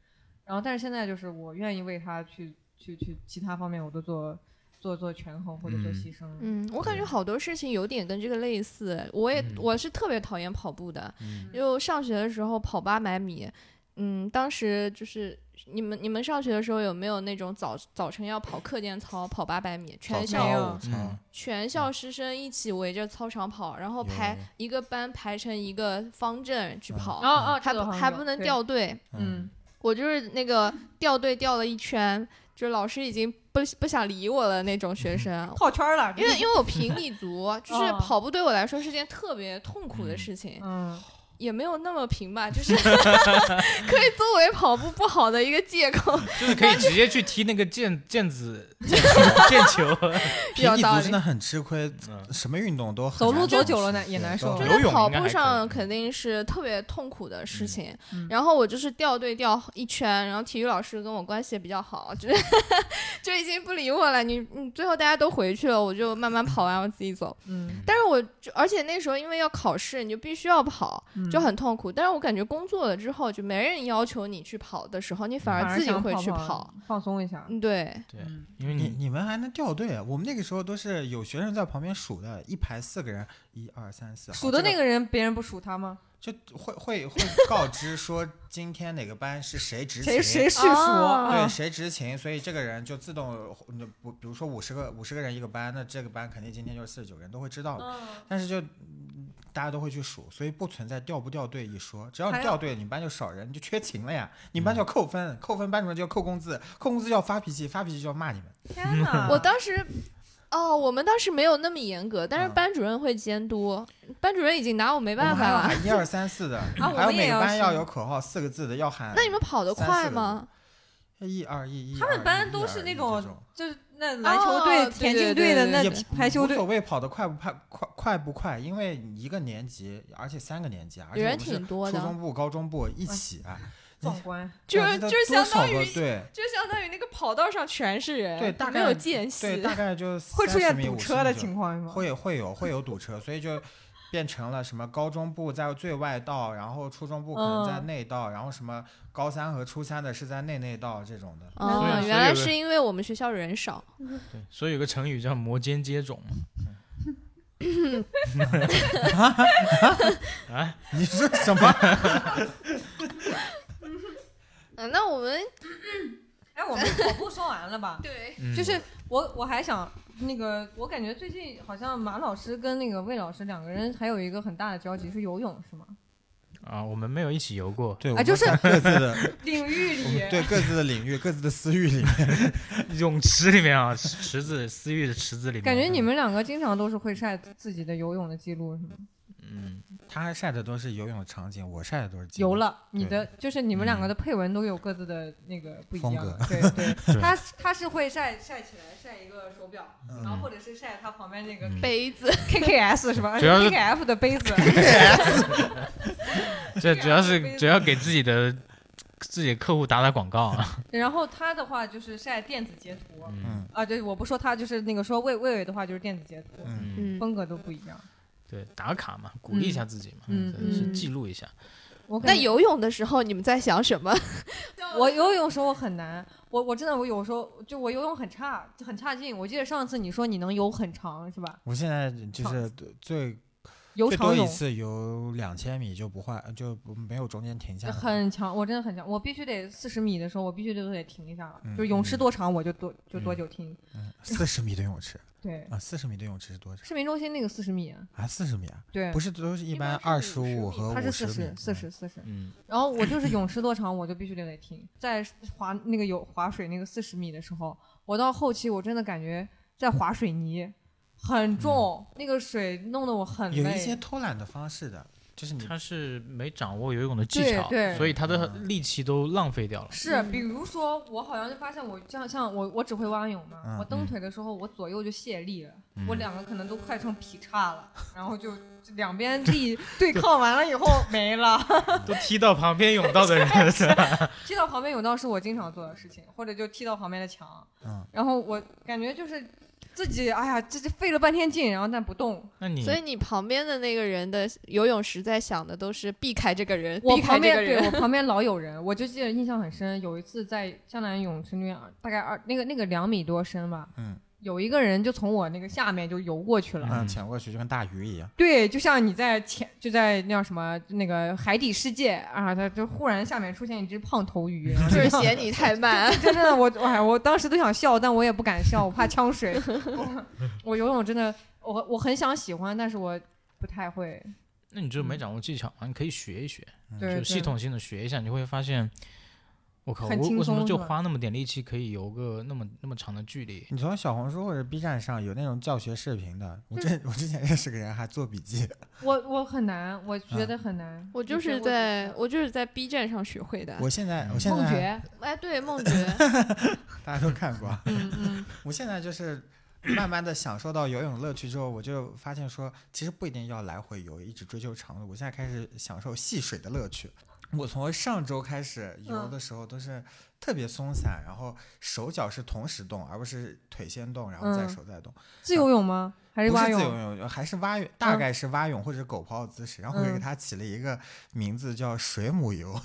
Speaker 1: 然后，但是现在就是我愿意为它去去去其他方面我都做做做权衡或者做
Speaker 4: 嗯
Speaker 1: 牺牲。
Speaker 2: 嗯，我感觉
Speaker 4: 对
Speaker 2: 好多事情有点跟这个类似。我也、
Speaker 4: 嗯
Speaker 2: 我是特别讨厌跑步的，
Speaker 4: 嗯
Speaker 2: 就上学的时候跑八百米，嗯，当时就是你们你们上学的时候有没有那种早早晨要跑课间操跑八百米，全
Speaker 3: 早
Speaker 1: 操没
Speaker 2: 校
Speaker 1: 有
Speaker 3: 操，午操
Speaker 4: 嗯，
Speaker 2: 全校师生一起围着操场跑，然后
Speaker 3: 有
Speaker 2: 排一个班排成一个方阵去
Speaker 3: 嗯
Speaker 2: 跑，
Speaker 1: 哦哦，
Speaker 2: 还
Speaker 1: 这个
Speaker 2: 不
Speaker 1: 好像
Speaker 2: 还
Speaker 1: 有
Speaker 2: 不能
Speaker 1: 对
Speaker 2: 掉队。
Speaker 1: 嗯， [LAUGHS]
Speaker 2: 我就是那个掉队掉了一圈，就是老师已经不不想理我了那种
Speaker 3: [LAUGHS]
Speaker 2: 学生。
Speaker 1: 套圈儿了，
Speaker 2: 因为因为我平底足，就是
Speaker 1: 哦
Speaker 2: 跑步对我来说是件特别痛苦的
Speaker 4: 嗯
Speaker 2: 事情，
Speaker 1: [LAUGHS] 嗯，
Speaker 2: 也没有那么平吧，
Speaker 4: [LAUGHS]
Speaker 2: 就是 [LAUGHS] 可以作为跑步不好的一个借口。
Speaker 4: 就是可以直接去踢那个毽毽子、毽球、毽球，
Speaker 2: 有
Speaker 3: 平底
Speaker 2: 道
Speaker 3: 足
Speaker 2: 理
Speaker 3: 真的很吃亏，
Speaker 4: 嗯
Speaker 3: 什么运动都很
Speaker 1: 走路
Speaker 3: 难
Speaker 1: 走
Speaker 3: 坚
Speaker 1: 久
Speaker 3: 持
Speaker 1: 了呢也
Speaker 3: 对
Speaker 1: 难
Speaker 3: 都
Speaker 1: 受
Speaker 2: 就
Speaker 3: 很
Speaker 4: 游
Speaker 2: 在
Speaker 4: 泳
Speaker 2: 跑
Speaker 4: 应该
Speaker 2: 步
Speaker 4: 还可以
Speaker 2: 上
Speaker 4: 嗯
Speaker 2: 肯定是特别痛苦的事情。
Speaker 1: 嗯
Speaker 2: 然后我就是掉队掉一圈，然后体育老师跟我关系也比较好，就是 [LAUGHS] 就已经不理我了。你你最后大家都回去了，我就慢慢跑完，我自己走。
Speaker 1: 嗯，
Speaker 2: 但是我就而且那时候因为要考试，你就必须要跑，
Speaker 1: 嗯
Speaker 3: 嗯
Speaker 2: 就很痛苦。但是我感觉工作了之后，就没人要求你去跑的时候，你反
Speaker 1: 反
Speaker 2: 而
Speaker 1: 而
Speaker 2: 自己
Speaker 1: 想
Speaker 2: 会去
Speaker 1: 跑
Speaker 2: 跑。，
Speaker 1: 放松一下。
Speaker 2: 嗯，对，
Speaker 4: 对
Speaker 1: 嗯，
Speaker 4: 因为
Speaker 3: 你
Speaker 4: 你
Speaker 3: 你们还能掉队啊？我们那个时候都是有学生在旁边数的，一排四个人，一二三四，好
Speaker 1: 数的
Speaker 3: 这
Speaker 1: 那个人，别人不数他吗？
Speaker 3: 就会会会告知说今天哪个班是谁执勤，
Speaker 1: 谁谁是数？
Speaker 2: 哦
Speaker 3: 对
Speaker 1: 嗯
Speaker 3: 谁执勤，所以这个人就自动，那不比如说五十个五十个人一个班，那这个班肯定今天就是四十九个人都会知道的，但是就。嗯大家都会去数，所以不存在掉不掉队一说。只要你
Speaker 1: 还有
Speaker 3: 掉队，你们班就少人，你就缺勤了呀。你们班就要扣分，扣分班主任就要扣工资，扣工资就要发脾气，发脾气就要骂你们。
Speaker 1: 天哪！
Speaker 2: 我当时。哦，我们当时没有那么严格，但是
Speaker 3: 嗯
Speaker 2: 班主任会监督，班主任已经拿我没办法
Speaker 3: 我
Speaker 2: 了
Speaker 3: 们还。要喊一二三四的，
Speaker 1: 我们
Speaker 3: 还有
Speaker 1: 也
Speaker 3: 每个
Speaker 1: 要
Speaker 3: 班
Speaker 1: 是
Speaker 3: 要有口号，四个字的要喊。
Speaker 2: 那你们跑得
Speaker 3: 三
Speaker 2: 快
Speaker 3: 四个
Speaker 2: 吗？
Speaker 3: 一二一一，
Speaker 5: 他们班都是那
Speaker 3: 种
Speaker 5: 种就是那篮球队、
Speaker 2: 哦
Speaker 5: 田径队的那
Speaker 3: 也
Speaker 5: 排球
Speaker 3: 无
Speaker 5: 队，
Speaker 3: 所谓跑得快不快快快不快，因为你一个年级，而且三个年级，而且
Speaker 2: 人
Speaker 3: 我们是
Speaker 2: 挺多的
Speaker 3: 初中部、高中部一起啊，
Speaker 1: 壮观。
Speaker 2: 就
Speaker 3: 哇
Speaker 2: 是
Speaker 3: 这都
Speaker 2: 就是
Speaker 3: 多
Speaker 2: 相当
Speaker 3: 少个
Speaker 2: 于
Speaker 3: 对
Speaker 2: 就相当于那个跑道上全是人，
Speaker 3: 对大
Speaker 2: 没
Speaker 3: 概
Speaker 2: 有间隙，
Speaker 3: 对，大概就
Speaker 1: 会出现
Speaker 3: 30米
Speaker 1: 堵车的情，况是
Speaker 3: 50米
Speaker 1: 吗？
Speaker 3: 左右会会有会有堵车，所以就。变成了什么高中部在最外道，然后初中部可能在
Speaker 5: 嗯
Speaker 3: 内道，然后什么高三和初三的是在内内道这种的。 [LAUGHS]
Speaker 2: 哦
Speaker 4: 所以，
Speaker 2: 原来
Speaker 4: 所以有
Speaker 2: 是因为我们学校人少。
Speaker 4: 对，所以有个成语叫摩肩接踵嘛。啊，
Speaker 3: 你说什么？
Speaker 2: 嗯，那我们？
Speaker 5: 哎，我们跑步说完了吧
Speaker 2: 对
Speaker 4: 嗯
Speaker 5: 就是
Speaker 1: 我我还想那个，我感觉最近好像马老师跟那个魏老师两个人还有一个很大的交集是游泳，是吗？ [LAUGHS]
Speaker 4: 啊，我们没有一起
Speaker 3: [LAUGHS]
Speaker 4: 游过，
Speaker 3: [LAUGHS] 对，我
Speaker 1: 啊
Speaker 3: 们
Speaker 1: 就是
Speaker 3: 在各自的
Speaker 1: 领域
Speaker 3: 我
Speaker 1: [LAUGHS]
Speaker 3: 们对各自的领域、各自的私域里面， [LAUGHS]
Speaker 4: 泳池里面啊，池子私域的池子里面，
Speaker 1: 感觉你们两个经常都是会晒自己的游泳的记录，是吗？
Speaker 4: 嗯，
Speaker 3: 他晒的都是游泳的场景，我晒的都是肌肉
Speaker 1: 游。了，你
Speaker 3: 对
Speaker 1: 的就是你们两个的配文都有各自的那个不一样
Speaker 3: 风
Speaker 1: 的，对对。他他是会晒晒起来晒一个手表，
Speaker 3: 嗯
Speaker 1: 然后或者是晒他旁边那个
Speaker 4: 嗯
Speaker 2: 杯子
Speaker 1: KKS 是吧
Speaker 4: 主要是
Speaker 1: ？KKF 的杯子，
Speaker 4: [LAUGHS] 这主要是主要给自己的自己的客户打打广告啊，
Speaker 1: 然后他的话就是晒电子截图
Speaker 4: 嗯
Speaker 3: 嗯
Speaker 1: 啊，对，我不说他，就是那个说魏魏伟的话就是电子截图，
Speaker 3: 嗯，
Speaker 4: 嗯，
Speaker 2: 嗯，
Speaker 1: 风格都不一样。
Speaker 4: 对，打卡嘛，鼓励一下自己嘛，
Speaker 1: 嗯
Speaker 4: 真的是
Speaker 2: 嗯
Speaker 4: 记录一下，
Speaker 1: 我感
Speaker 2: 那
Speaker 1: 觉
Speaker 2: 游泳的时候你们在想什么？
Speaker 1: 我游泳时候很难，我我真的我有时候就我游泳很差，很差劲。我记得上次你说你能游很长是吧？
Speaker 3: 我现在就是最
Speaker 1: 游
Speaker 3: 最
Speaker 1: 长
Speaker 3: 多一
Speaker 1: 泳
Speaker 3: 次游两千米就不换，就不没有中间停下来。
Speaker 1: 很强，我真的很强，我必须得四十米的时候我必须得都得停一下了，
Speaker 3: 嗯
Speaker 1: 就是泳池多长我就多就多久停。
Speaker 3: 四十米的泳池
Speaker 1: 对，
Speaker 3: 啊，四十米的泳池是多少
Speaker 1: 市民中心那个四十米，
Speaker 3: 啊？四十米啊？
Speaker 1: 对
Speaker 3: 不，是都是一
Speaker 1: 一
Speaker 3: 般二
Speaker 1: 般
Speaker 3: 十
Speaker 1: 是
Speaker 3: 五
Speaker 1: 50
Speaker 3: 和
Speaker 1: 它是
Speaker 3: 五十
Speaker 1: 四
Speaker 3: 米
Speaker 1: 十？四十四十。
Speaker 4: 嗯，
Speaker 1: 然后我就是泳池多长，我就必须得得停。在滑那个有划水那个四十米的时候，我到后期我真的感觉在划水泥，很重，那个水弄得我很累。
Speaker 3: 嗯。有一些偷懒的方式的，就是你
Speaker 4: 他是没掌握游泳的技
Speaker 1: 对
Speaker 4: 巧，
Speaker 1: 对
Speaker 4: 所以他的力气都浪费掉了，
Speaker 1: 是，比如说我好像就发现我这样，像我我只会蛙泳嘛，
Speaker 3: 嗯
Speaker 1: 我蹬腿的时候我左右就卸力了，
Speaker 4: 嗯
Speaker 1: 我两个可能都快成劈叉
Speaker 3: [LAUGHS]
Speaker 1: 了，然后就就两边力对抗完了以后没了。
Speaker 4: 都踢到旁边泳道的人了，是吧？
Speaker 1: 踢到旁边泳道是我经常做的事情，或者就踢到旁边的墙，
Speaker 3: 嗯
Speaker 1: 然后我感觉就是自己哎呀，这这费了半天劲，然后但不动。
Speaker 4: 那
Speaker 3: 嗯
Speaker 4: 你
Speaker 2: 所以你旁边的那个人的游泳时在想的都是避开这个人，
Speaker 1: 我
Speaker 2: 避开
Speaker 1: 旁
Speaker 2: 这
Speaker 1: 边
Speaker 2: 个
Speaker 1: 对
Speaker 2: 人。
Speaker 1: [LAUGHS] 我旁边老有人，我就记得印象很深，有一次在江南泳池那边，大概二那个那个两米多深吧。
Speaker 3: 嗯
Speaker 1: 有一个人就从我那个下面就游过去了，
Speaker 4: 嗯
Speaker 3: 嗯潜过去就跟大鱼一样，
Speaker 1: 对，就像你在前就在那叫什么那个海底世界啊，它就忽然下面出现一只胖头鱼，然
Speaker 2: [LAUGHS]
Speaker 1: 后
Speaker 2: 就是
Speaker 1: 就
Speaker 2: 嫌你太 [LAUGHS] 慢，
Speaker 1: 真的我哎，我当时都想笑，但我也不敢笑，我怕呛水。
Speaker 2: [LAUGHS]
Speaker 1: 我我游泳真的，我我很想喜欢，但是我不太会。
Speaker 4: 那你就没掌握技巧嘛，你可以学一学，
Speaker 3: 嗯
Speaker 1: 对，
Speaker 4: 就
Speaker 1: 对
Speaker 4: 系统性的学一下，你会发现，我靠，我
Speaker 1: 很轻
Speaker 4: 为什么
Speaker 1: 松
Speaker 4: 就是
Speaker 1: 吧
Speaker 4: 花那么点力气可以游个那么那么长的距离？
Speaker 3: 你从小红书或者 B 站上有那种教学视频的，我之我之前认识个人还做笔记，
Speaker 1: 我我很难，我觉
Speaker 3: 嗯
Speaker 1: 得很难。
Speaker 2: 我就是在我就是在 B 站上学会的。
Speaker 3: 我现在我
Speaker 4: 嗯
Speaker 3: 现
Speaker 1: 梦
Speaker 3: 在
Speaker 1: 觉，
Speaker 2: [LAUGHS] 哎，对，梦觉，
Speaker 3: 大家都看过啊，
Speaker 1: 嗯嗯，
Speaker 3: 我现在就是慢慢的享受到游泳乐趣之后，我就发现说，其实不一定要来回游，一直追求长度。我现在开始享受戏水的乐趣。我从上周开始游的时候都是特别松散，然后手脚是同时动，而不是腿先动，然后再
Speaker 1: 嗯
Speaker 3: 手再动。
Speaker 1: [LAUGHS] 自由泳吗？还是
Speaker 3: 不
Speaker 1: 蛙
Speaker 3: 是自
Speaker 1: 泳？
Speaker 3: 由泳，还是蛙泳，大
Speaker 1: 嗯
Speaker 3: 概是蛙泳或者狗刨的姿势。然后我给
Speaker 1: 嗯
Speaker 3: 它起了一个名字叫水母游，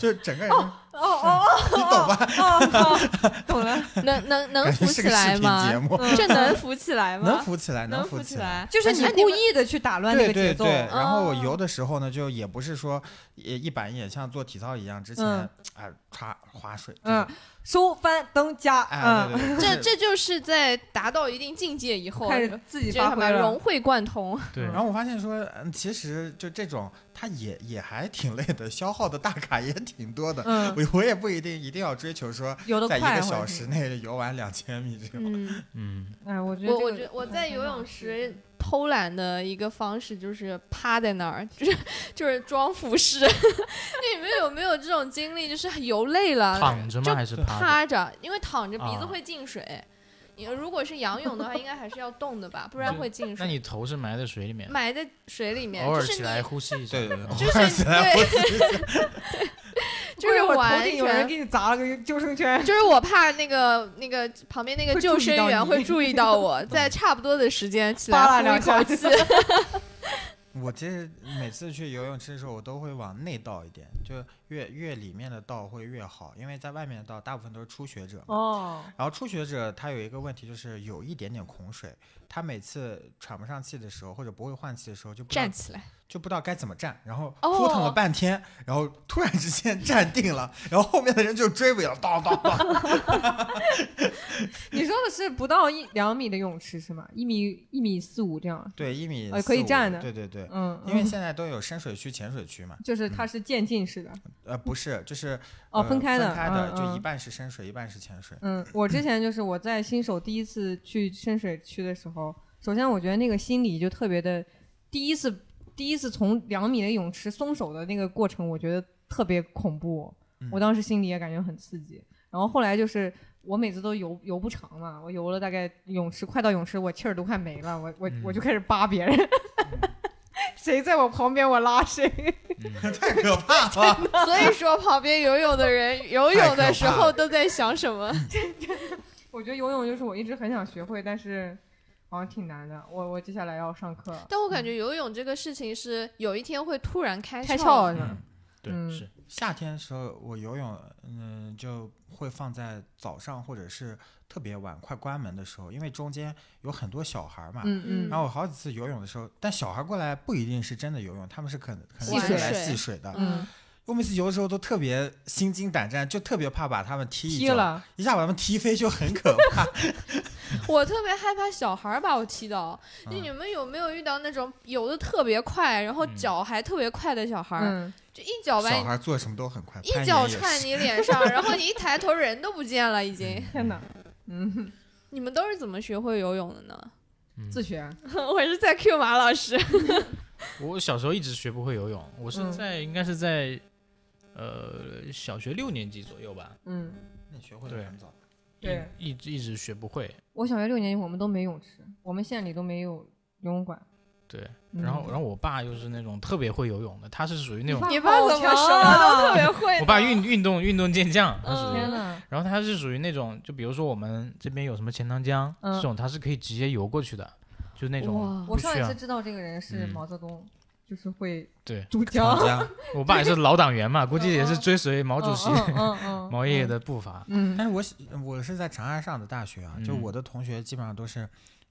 Speaker 3: 就整个人
Speaker 1: 哦哦
Speaker 3: [LAUGHS] 你懂吧？
Speaker 1: 哦哦，懂了。
Speaker 2: 能能能
Speaker 3: 感
Speaker 2: 浮
Speaker 3: 觉是
Speaker 2: 起
Speaker 3: 个视
Speaker 2: 来
Speaker 3: 频
Speaker 2: 吗
Speaker 3: 节？目，
Speaker 2: [LAUGHS] 这能浮起来
Speaker 3: 能
Speaker 2: 吗？
Speaker 3: 浮起来，
Speaker 2: 能
Speaker 3: 浮
Speaker 2: 起
Speaker 3: 起来。
Speaker 2: 来。
Speaker 1: 就是你
Speaker 2: 哎你
Speaker 1: 故
Speaker 2: 们
Speaker 1: 意的去打乱那
Speaker 3: 对
Speaker 1: 个
Speaker 3: 对
Speaker 1: 节奏，嗯
Speaker 3: 对，然后我
Speaker 2: 哦
Speaker 3: 游的时候呢，就也不是说也一板一眼，像做体操一样，之前
Speaker 1: 嗯
Speaker 3: 啊歘划水，
Speaker 1: 嗯，收翻蹬加，
Speaker 3: 哎，对
Speaker 1: 嗯，
Speaker 3: 对
Speaker 2: [LAUGHS]
Speaker 3: 对，
Speaker 2: 这
Speaker 3: 就
Speaker 2: 这就
Speaker 3: 是。
Speaker 2: 是在达到一定境界以后，
Speaker 1: 开始自己
Speaker 2: 这
Speaker 1: 发
Speaker 2: 什么
Speaker 1: 挥
Speaker 2: 融
Speaker 1: 了。
Speaker 2: 会贯通。
Speaker 4: 对，
Speaker 3: 然后我发现说，嗯，其实就这种，它也也还挺累的，消耗的大卡也挺多的。
Speaker 1: 嗯，
Speaker 3: 我我也不一定一定要追求说，
Speaker 1: 游得
Speaker 3: 在
Speaker 1: 快
Speaker 3: 一个
Speaker 1: 或者
Speaker 3: 小
Speaker 1: 是
Speaker 3: 时内游完两千米这种。
Speaker 2: 嗯，
Speaker 4: 嗯，
Speaker 1: 哎，我觉得
Speaker 2: 我我
Speaker 1: 这
Speaker 2: 觉
Speaker 1: 个
Speaker 4: [LAUGHS]
Speaker 2: 我在游泳
Speaker 1: 很好
Speaker 2: 池偷懒的一个方式就是趴在那儿，就是就是装俯视。 [LAUGHS] 那你们有没有这种经历？就是游累了，
Speaker 4: 躺着
Speaker 2: 就
Speaker 4: 吗？还是趴着？
Speaker 2: 趴着，因为躺着鼻子
Speaker 4: 啊
Speaker 2: 会进水。你如果是仰泳的话，应该还是要动的吧，不然
Speaker 4: 就
Speaker 2: 会进
Speaker 4: 那
Speaker 2: 水。
Speaker 4: 你头是埋在水里面，
Speaker 2: 埋在水里面，
Speaker 4: 偶
Speaker 2: 就
Speaker 4: 尔
Speaker 2: 是
Speaker 4: 起
Speaker 2: 你
Speaker 4: 来呼吸一下。
Speaker 3: 对对对，
Speaker 2: 就是
Speaker 3: 我起来
Speaker 2: 对
Speaker 3: 我起来
Speaker 2: 就是
Speaker 1: 我
Speaker 2: 完
Speaker 1: 头顶有人
Speaker 2: 全
Speaker 1: 给你砸了个救生圈，
Speaker 2: 就是我怕那个那个旁边那个
Speaker 1: 会
Speaker 2: 救
Speaker 1: 注意
Speaker 2: 生
Speaker 1: 到
Speaker 2: 员
Speaker 1: 你
Speaker 2: 会注意到我，在差不多的时间起
Speaker 1: 扒拉
Speaker 2: 来呼一
Speaker 1: 两下
Speaker 2: 口
Speaker 1: [LAUGHS]
Speaker 2: 气。
Speaker 3: 我其实每次去游泳池的时候，我都会往内倒一点，就越越里面的倒会越好，因为在外面的倒大部分都是初学者嘛。
Speaker 1: 哦，
Speaker 3: 然后初学者他有一个问题，就是有一点点恐水，他每次喘不上气的时候，或者不会换气的时候，就不知道
Speaker 2: 站起来， [LAUGHS]
Speaker 3: 就不知道该怎么站，然后
Speaker 2: 哦
Speaker 3: 扑腾了半天，然后突然之间站定了，然后后面的人就追尾了，当当当。
Speaker 1: [LAUGHS] 你说的是不到一两米的泳池是吗？一米一米四五这样，
Speaker 3: 对，一米
Speaker 1: 呃可以
Speaker 3: 45
Speaker 1: 站的
Speaker 3: 对对对，
Speaker 1: 嗯，
Speaker 3: 因为
Speaker 1: 嗯
Speaker 3: 现在都有深水区、浅水区嘛，
Speaker 1: 就是它是渐进式的，
Speaker 3: 呃，不是，就是
Speaker 1: 哦
Speaker 3: 呃
Speaker 1: 分开的
Speaker 3: 分开的，
Speaker 1: 嗯
Speaker 3: 就
Speaker 1: 嗯
Speaker 3: 一半是深水，一半是浅水。 [LAUGHS]
Speaker 1: 嗯，我之前就是我在新手第一次去深水区的时候，首先我觉得那个心理就特别的，第一次第一次从两米的泳池松手的那个过程，我觉得特别恐怖，
Speaker 3: 嗯
Speaker 1: 我当时心里也感觉很刺激。然后后来就是我每次都游游不长嘛，我游了大概泳池快到泳池，我气儿都快没了，我我、
Speaker 4: 嗯
Speaker 1: 我就开始扒别人。 [LAUGHS] 谁在我旁边，我拉谁。 [LAUGHS]
Speaker 3: 太可怕了！
Speaker 2: 所以说旁边游泳的人游
Speaker 3: 太
Speaker 2: 泳
Speaker 3: 可
Speaker 2: 的时
Speaker 3: 怕
Speaker 2: 候
Speaker 3: 了
Speaker 2: 都在想什么？
Speaker 1: 我觉得游泳就是我一直很想学会，但是好像挺难的。我我接下来要上课。
Speaker 2: [LAUGHS] 但我感觉游泳这个事情是有一天会突然开
Speaker 1: 开
Speaker 2: 窍
Speaker 1: 窍
Speaker 2: 的。
Speaker 1: 了是吧？
Speaker 4: 对，
Speaker 1: 嗯
Speaker 4: 是
Speaker 3: 夏天的时候我游泳，嗯、就会放在早上或者是特别晚快关门的时候，因为中间有很多小孩嘛。
Speaker 1: 嗯嗯，
Speaker 3: 然后我好几次游泳的时候，但小孩过来不一定是真的游泳，他们是可能可能
Speaker 1: 戏
Speaker 3: 是
Speaker 1: 水
Speaker 3: 来戏水的。
Speaker 1: 嗯，
Speaker 3: 我每次游的时候都特别心惊胆战，就特别怕把他们踢一
Speaker 1: 踢
Speaker 3: 脚，
Speaker 1: 了，
Speaker 3: 一下把他们踢飞就很可怕。
Speaker 2: 我特别害怕小孩儿把我踢倒。那、
Speaker 3: 嗯
Speaker 2: 你们有没有遇到那种游的特别快，然后
Speaker 4: 嗯
Speaker 2: 脚还特别快的小孩儿？
Speaker 1: 嗯，
Speaker 2: 就一脚把
Speaker 3: 小
Speaker 2: 你
Speaker 3: 孩做什么都很快，
Speaker 2: 一
Speaker 3: 攀
Speaker 2: 脚
Speaker 3: 岩也
Speaker 2: 踹
Speaker 3: 是
Speaker 2: 你脸上，然后你一抬头人都不见了，已经。
Speaker 3: 嗯
Speaker 1: [LAUGHS] 天哪，嗯，
Speaker 2: 你们都是怎么学会游泳的呢？ [LAUGHS]
Speaker 4: 嗯
Speaker 1: 自学，
Speaker 2: 我是在 Q 马老师。
Speaker 4: 我小时候一直学不会游泳，我是
Speaker 1: 嗯
Speaker 4: 在、应该是在呃小学六年级左右吧，
Speaker 1: 嗯，
Speaker 3: 那你学会
Speaker 4: 对
Speaker 3: 的很早。
Speaker 1: 对
Speaker 4: 一一直一直学不会。
Speaker 1: 我小学六年级我们都没泳池，我们县里都没有游泳馆。
Speaker 4: 对，
Speaker 1: 嗯
Speaker 4: 然后然后我爸又是那种特别会游泳的，他是属于那种
Speaker 2: 你爸怎么
Speaker 1: 啊
Speaker 2: 什么都特别会呢？
Speaker 4: [LAUGHS] 我爸运运动运动健将，他属于。
Speaker 1: 嗯天哪，
Speaker 4: 然后他是属于那种，就比如说我们这边有什么钱塘江、
Speaker 1: 嗯
Speaker 4: 这种，他是可以直接游过去的，就那种
Speaker 2: 哇
Speaker 1: 我
Speaker 4: 不需
Speaker 1: 上一
Speaker 4: 要
Speaker 1: 次。知道这个人是
Speaker 4: 嗯
Speaker 1: 毛泽东，就是会
Speaker 4: 对
Speaker 1: 珠
Speaker 3: 长
Speaker 1: 江，
Speaker 3: 江，
Speaker 4: 我爸也是老
Speaker 1: [LAUGHS]
Speaker 4: 党员嘛，估计也是追随毛主席、
Speaker 1: 嗯嗯嗯，
Speaker 4: [LAUGHS] 毛爷爷的步伐。
Speaker 1: 嗯，嗯，
Speaker 3: 但是我喜我是在长安上的大学啊，就
Speaker 4: 嗯
Speaker 3: 我的同学基本上都是。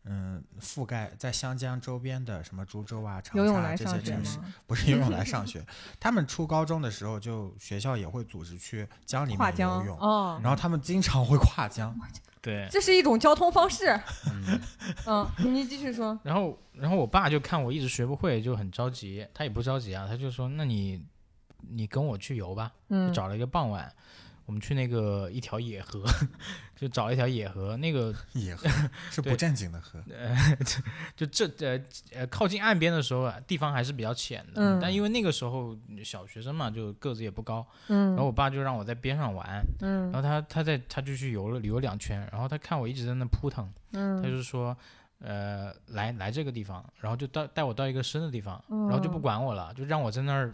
Speaker 3: 嗯，覆盖在湘江周边的什么株洲啊、长
Speaker 1: 游泳
Speaker 3: 沙啊
Speaker 1: 来
Speaker 3: 这
Speaker 1: 上
Speaker 3: 些
Speaker 1: 学
Speaker 3: 城市，
Speaker 1: 吗？
Speaker 3: 不是游泳
Speaker 1: [LAUGHS]
Speaker 3: 来上学。他们初高中的时候就学校也会组织去江里
Speaker 1: 跨
Speaker 3: 面游
Speaker 1: 江
Speaker 3: 泳，
Speaker 4: 嗯
Speaker 1: 哦，
Speaker 3: 然后他们经常会跨江。
Speaker 4: 对，
Speaker 1: 这是一种交通方式。
Speaker 4: 嗯。 [LAUGHS]
Speaker 1: 嗯，你继续说。
Speaker 4: 然后，然后我爸就看我一直学不会，就很着急。他也不着急啊，他就说：“那你，你跟我去游吧。”就
Speaker 1: 嗯，
Speaker 4: 找了一个傍晚，我们去那个 [LAUGHS] 一条野河，就找了一条野河，那个
Speaker 3: 野
Speaker 4: [LAUGHS]
Speaker 3: 河是不
Speaker 4: 对
Speaker 3: 正经的河，
Speaker 4: 就这呃呃靠近岸边的时候啊，地方还是比较浅的。
Speaker 1: 嗯
Speaker 4: 但因为那个时候小学生嘛，就个子也不高，
Speaker 1: 嗯
Speaker 4: 然后我爸就让我在边上玩，
Speaker 1: 嗯
Speaker 4: 然后他他在他就去游了游了两圈，然后他看我一直在那扑腾，
Speaker 1: 嗯，
Speaker 4: 他就说，呃，来来这个地方，然后就到带我到一个深的地方，然后就不
Speaker 1: 嗯
Speaker 4: 管我了，就让我在那儿，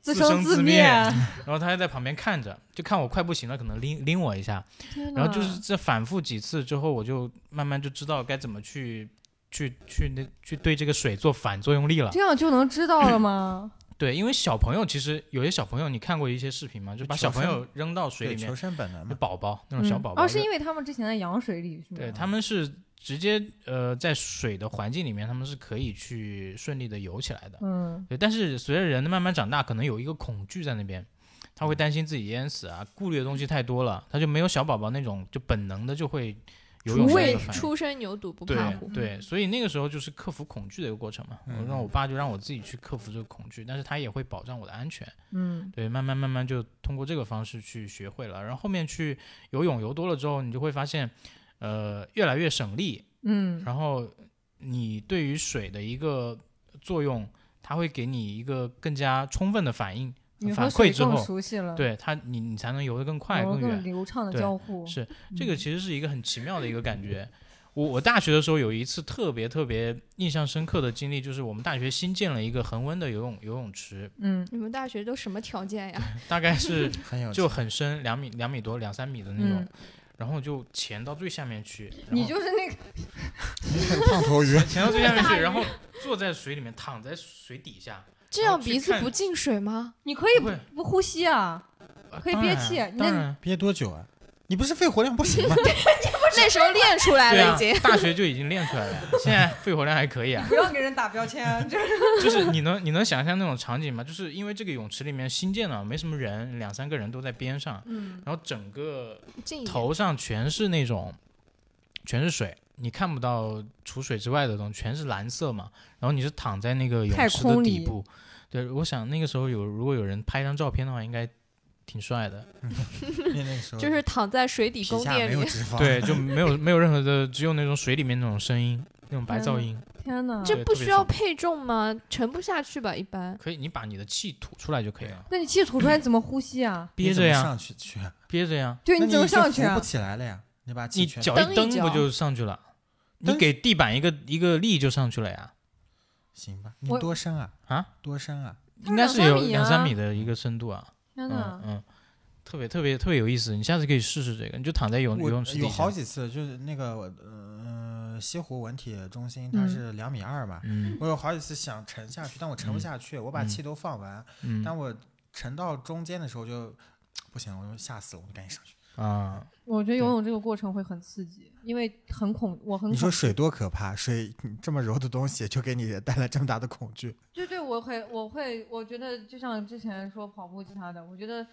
Speaker 1: 自
Speaker 4: 自
Speaker 1: 生
Speaker 4: 生自
Speaker 1: 灭
Speaker 4: 灭，然后他还在旁边看着，就看我快不行了，可能拎拎我一下，
Speaker 1: 天
Speaker 4: 然后就是
Speaker 1: 哪
Speaker 4: 这反复几次之后，我就慢慢就知道该怎么去。去去那去对这个水做反作用力了，
Speaker 1: 这样就能知道了吗？
Speaker 4: 对，因为小朋友其实有些小朋友，你看过一些视频吗？就把
Speaker 3: 求
Speaker 4: 小朋
Speaker 3: 生
Speaker 4: 友扔到水
Speaker 3: 对
Speaker 4: 里面
Speaker 3: 求，生本能
Speaker 4: 就
Speaker 3: 嘛。
Speaker 4: 宝宝那种小
Speaker 1: 嗯
Speaker 4: 宝宝
Speaker 1: 哦，
Speaker 4: 就是
Speaker 1: 因为他们之前在羊水里是吗？
Speaker 4: 对，他们是直接呃在水的环境里面，他们是可以去顺利的游起来的。
Speaker 1: 嗯
Speaker 4: 对，但是随着人的慢慢长大，可能有一个恐惧在那边，他会担心自己淹死啊，顾虑的东西太多了，他就没有小宝宝那种就本能的就会游泳
Speaker 2: 初
Speaker 4: 的那
Speaker 2: 为
Speaker 4: 个反应。
Speaker 2: 初生牛犊不怕
Speaker 4: 对
Speaker 2: 虎。
Speaker 4: 对，所以那个时候就是克服恐惧的一个过程嘛。我让我爸就让我自己去克服这个恐惧，但是他也会保障我的安全。
Speaker 1: 嗯
Speaker 4: 对，慢慢慢慢就通过这个方式去学会了。然后后面去游泳游多了之后，你就会发现，呃，越来越省力，
Speaker 1: 嗯
Speaker 4: 然后你对于水的一个作用，它会给你一个更加充分的反应
Speaker 1: 你
Speaker 4: 反
Speaker 1: 和水
Speaker 4: 馈之
Speaker 1: 更
Speaker 4: 后，
Speaker 1: 熟悉了，，
Speaker 4: 对它你你才能游得更快
Speaker 1: 更
Speaker 4: 远。
Speaker 1: 流畅的
Speaker 4: 对
Speaker 1: 交互。
Speaker 4: 是这个其实是一个很奇妙的一个感觉。我我大学的时候有一次特别特别印象深刻的经历，就是我们大学新建了一个恒温的游泳游泳池，
Speaker 1: 嗯，
Speaker 2: 你们大学都什么条件呀？
Speaker 4: 大概是
Speaker 3: 很有
Speaker 4: 就
Speaker 3: 趣 [LAUGHS]
Speaker 4: 很深，两米两米多两三米的那种，
Speaker 1: 嗯
Speaker 4: 然后就潜到最下面去，然后
Speaker 5: 你就是那个
Speaker 3: 胖头鱼，
Speaker 4: 潜到最
Speaker 1: [LAUGHS]
Speaker 4: 下面去，然后坐在水里面，躺在水底下，
Speaker 2: 这样鼻子不进水吗？
Speaker 5: 你可以
Speaker 4: 不会
Speaker 5: 不不呼吸啊，
Speaker 4: 呃
Speaker 5: 可以
Speaker 4: 当
Speaker 5: 憋
Speaker 4: 然
Speaker 5: 气
Speaker 4: 啊
Speaker 5: 你
Speaker 4: 当
Speaker 5: 那
Speaker 4: 然啊
Speaker 3: 憋多久啊？你不是肺活量不行吗？
Speaker 2: 那时候练出来
Speaker 4: 对
Speaker 2: 了
Speaker 4: 啊
Speaker 2: 已经。，
Speaker 4: 大学就已经练出 [LAUGHS] 来了，现在肺活量还可以 [LAUGHS] 啊。
Speaker 5: 不要给人打标签啊，就是
Speaker 4: 就是你能你能想象那种场景吗？就是因为这个泳池里面新建了，没什么人，两三个人都在边上，
Speaker 5: 嗯，
Speaker 4: 然后整个
Speaker 2: 近一点
Speaker 4: 头上全是那种全是水，你看不到除水之外的东西，全是蓝色嘛。然后你是躺在那个
Speaker 1: 太
Speaker 4: 泳池的
Speaker 1: 空
Speaker 4: 底
Speaker 1: 里
Speaker 4: 部，对，我想那个时候有如果有人拍张照片的话，应该挺帅的。
Speaker 3: 那那个
Speaker 1: [LAUGHS]
Speaker 3: 时候
Speaker 2: 就是躺在水底
Speaker 3: 嗯皮
Speaker 2: 宫
Speaker 3: 下
Speaker 2: 殿
Speaker 3: 没有
Speaker 2: 里，
Speaker 3: 脂肪，
Speaker 4: 对，就没有没有任何的，只有那种水里面那种声音，那种白噪音。
Speaker 1: [LAUGHS] 天哪，
Speaker 4: 对
Speaker 2: 这不
Speaker 4: 特别
Speaker 2: 需要
Speaker 4: 爽
Speaker 2: 配重吗？沉不下去吧，一般。
Speaker 4: 可以，你把你的气吐出来就可以了，
Speaker 1: 那你气吐出来怎么呼吸啊？
Speaker 3: 你
Speaker 4: 憋
Speaker 3: 怎
Speaker 4: 着
Speaker 3: 么
Speaker 4: 呀，
Speaker 3: 上去去啊，
Speaker 4: 憋着呀，
Speaker 1: 对，
Speaker 3: 那
Speaker 1: 怎么
Speaker 3: 就
Speaker 1: 上去
Speaker 3: 浮
Speaker 1: 啊
Speaker 3: 不？起来了呀，你把
Speaker 4: 你
Speaker 3: 气全
Speaker 4: 脚
Speaker 2: 蹬
Speaker 4: 一蹬
Speaker 2: 一
Speaker 4: 不
Speaker 2: 脚
Speaker 4: 就上去了？你
Speaker 3: 蹬
Speaker 4: 给地板一个一个力就上去了呀，
Speaker 3: 行吧？你
Speaker 1: 我
Speaker 3: 多深啊？
Speaker 4: 啊，
Speaker 3: 多深啊？
Speaker 4: 应该
Speaker 1: 两
Speaker 4: 是
Speaker 1: 三
Speaker 4: 有
Speaker 1: 米
Speaker 4: 两三
Speaker 1: 啊
Speaker 4: 米的一个深度啊，
Speaker 1: 天
Speaker 4: 嗯
Speaker 1: 哪，
Speaker 4: 嗯，特别特别特别有意思，你下次可以试试这个，你就躺在游
Speaker 3: 哦我
Speaker 4: 游泳池
Speaker 3: 有
Speaker 4: 底下
Speaker 3: 好，几次，就是那个呃西湖文体中心，它
Speaker 1: 嗯
Speaker 3: 是两米二嘛，
Speaker 4: 嗯
Speaker 3: 我有好几次想沉下去，但我沉不
Speaker 4: 嗯
Speaker 3: 下去，我把
Speaker 4: 嗯
Speaker 3: 气都放完，
Speaker 4: 嗯
Speaker 3: 但我沉到中间的时候就不行，我就吓死了，我就赶紧上去。
Speaker 4: 啊，
Speaker 1: 我觉得游泳这个过程会很刺激，因为很恐，我很
Speaker 2: 嗯
Speaker 3: 你
Speaker 1: 恐
Speaker 3: 说，水多可怕？水嗯这么柔的东西就给你带来这么大的恐惧，
Speaker 1: 对对，我会，我会，我觉得就像之前说跑步其他的，我觉得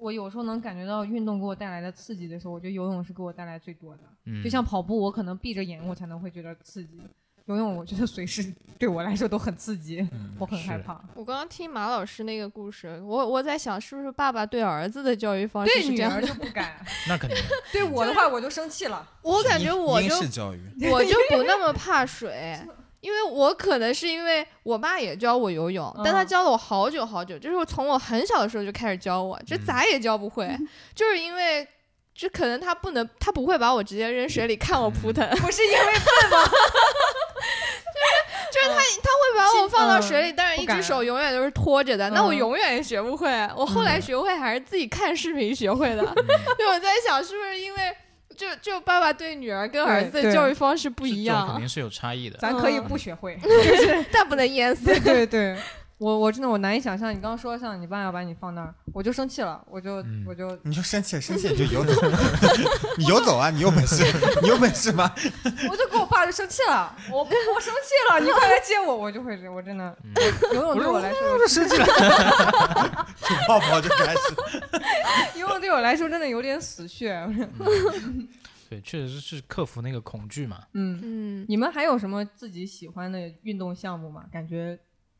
Speaker 1: 我有时候能感觉到运动给我带来的刺激的时候，我觉得游泳是给我带来最多的。
Speaker 4: 嗯，
Speaker 1: 就像跑步，我可能闭着眼我才能会觉得刺激，游泳我觉得随时对我来说都很刺激，
Speaker 3: 嗯
Speaker 1: 我很害
Speaker 4: 是
Speaker 1: 怕。
Speaker 2: 我刚刚听马老师那个故事，我我在想是不是爸爸对儿子的教育方式
Speaker 1: 对
Speaker 2: 是
Speaker 1: 女
Speaker 2: 这样
Speaker 1: 儿
Speaker 2: 的？
Speaker 1: 就不敢， [LAUGHS]
Speaker 4: 那肯定，
Speaker 5: 对我的话我就生气了，
Speaker 2: 我感觉
Speaker 3: 英
Speaker 2: 我
Speaker 3: 英
Speaker 2: 就
Speaker 3: 式教
Speaker 2: [LAUGHS]
Speaker 3: 育，
Speaker 2: 我就不那
Speaker 1: [LAUGHS]
Speaker 2: 么怕水，因为我可能是因为我妈也教我游泳，但她
Speaker 1: 嗯
Speaker 2: 教了我好久好久，就是从我很小的时候就开始教我，就
Speaker 4: 嗯
Speaker 2: 咋也教不会，就是因为。就可能她不能，她不会把我直接扔
Speaker 4: 嗯
Speaker 2: 水里看我扑
Speaker 4: [LAUGHS]
Speaker 2: 腾，
Speaker 5: 不是因为
Speaker 2: 会把我放到
Speaker 1: 嗯
Speaker 2: 水里，但是
Speaker 1: 不
Speaker 2: 一只
Speaker 1: 敢
Speaker 2: 手永远都是托着的，那我
Speaker 1: 嗯
Speaker 2: 永远也学不会。我后
Speaker 4: 嗯
Speaker 2: 来学会还是自己看视频学会的，
Speaker 3: 嗯
Speaker 2: 所以我在想是不是因为就就爸爸对女儿跟儿
Speaker 1: 对
Speaker 2: 子的
Speaker 1: 对
Speaker 2: 教育方式不
Speaker 4: 这
Speaker 2: 一
Speaker 4: 这种肯
Speaker 2: 样，啊
Speaker 4: 定是有差异的，
Speaker 1: 咱可以不学会。
Speaker 2: 但不能淹死。
Speaker 1: 对嗯 [LAUGHS] 对对，我我真的我难以想象，你刚刚说像你爸要把你放那儿，我就生气了，我就、
Speaker 4: 嗯
Speaker 1: 我就
Speaker 3: 你就生气，生气你就游走， [LAUGHS] 你游走啊，你有本事，你有本事吗？
Speaker 5: 我就跟我爸就生气了，我我生气了，
Speaker 1: 啊，你快来接我，我就会我真的、
Speaker 4: 嗯
Speaker 1: 游泳对我来说，
Speaker 3: 就泡泡就开始。
Speaker 1: 游泳对我来说真的有点死穴。 [LAUGHS]
Speaker 4: 对，确实是克服那个恐惧嘛，
Speaker 1: 嗯，
Speaker 2: 嗯，
Speaker 1: 你们还有什么自己喜欢的运动项目吗？感觉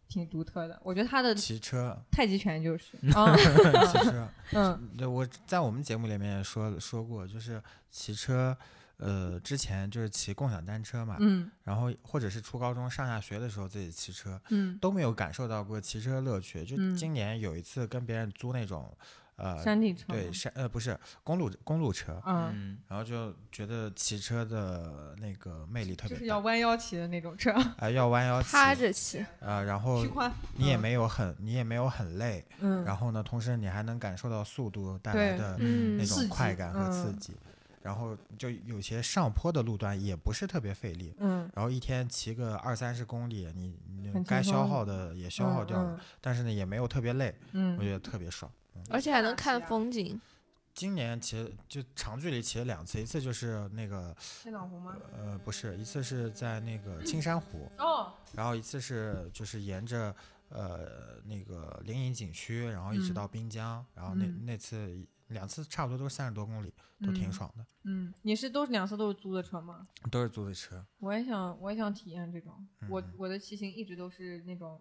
Speaker 1: 挺独特的，我觉得他的
Speaker 3: 骑车，
Speaker 1: 太极拳就是
Speaker 3: 嗯 [LAUGHS]
Speaker 1: 啊，
Speaker 3: 骑车。
Speaker 1: 嗯
Speaker 3: 对，我在我们节目里面也说说过，就是骑车，呃，之前就是骑共享单车嘛，
Speaker 1: 嗯
Speaker 3: 然后或者是初高中上下学的时候自己骑车，
Speaker 1: 嗯，
Speaker 3: 都没有感受到过骑车乐趣。就
Speaker 1: 嗯
Speaker 3: 今年有一次跟别人租那种，呃，
Speaker 1: 山地车，
Speaker 3: 对山呃不是公路公路车，
Speaker 1: 嗯，
Speaker 4: 嗯，
Speaker 3: 然后就觉得骑车的那个魅力特
Speaker 1: 就是
Speaker 3: 别
Speaker 1: 要
Speaker 3: 大，
Speaker 1: 弯腰骑的那种车，
Speaker 3: 啊、要弯腰骑，
Speaker 2: 趴着骑，
Speaker 3: 呃，然后
Speaker 1: 徐宽，
Speaker 3: 你也
Speaker 1: 嗯
Speaker 3: 没有很你也没有很累，
Speaker 1: 嗯，
Speaker 3: 然后呢，同时你还能感受到速度带来
Speaker 1: 对
Speaker 3: 的
Speaker 2: 嗯
Speaker 3: 那
Speaker 1: 刺
Speaker 3: 种
Speaker 1: 激
Speaker 3: 快感和刺
Speaker 1: 嗯
Speaker 3: 激。然后就有些上坡的路段也不是特别费力，
Speaker 1: 嗯，
Speaker 3: 然后一天骑个二三十公里，你你
Speaker 1: 很
Speaker 3: 该
Speaker 1: 轻
Speaker 3: 消
Speaker 1: 松
Speaker 3: 耗的也消耗掉了，但是呢也没有特别累，
Speaker 1: 嗯，嗯，
Speaker 3: 我觉得特别爽。
Speaker 2: 而且还能看风景。
Speaker 3: 今年骑就长距离骑了两次，一次就是那个
Speaker 1: 千岛湖吗？
Speaker 3: 呃不是，一次是在那个青山湖，
Speaker 1: 哦，
Speaker 3: 然后一次是就是沿着呃那个灵隐景区，然后一直
Speaker 1: 嗯
Speaker 3: 到滨江，然后那
Speaker 1: 嗯
Speaker 3: 那次两次差不多都是三十多公里，都挺
Speaker 1: 嗯
Speaker 3: 爽的，
Speaker 1: 嗯，你是都是两次都是租的车吗？
Speaker 3: 都是租的车。
Speaker 1: 我也想，我也想体验这种。我
Speaker 3: 嗯
Speaker 1: 我的骑行一直都是那种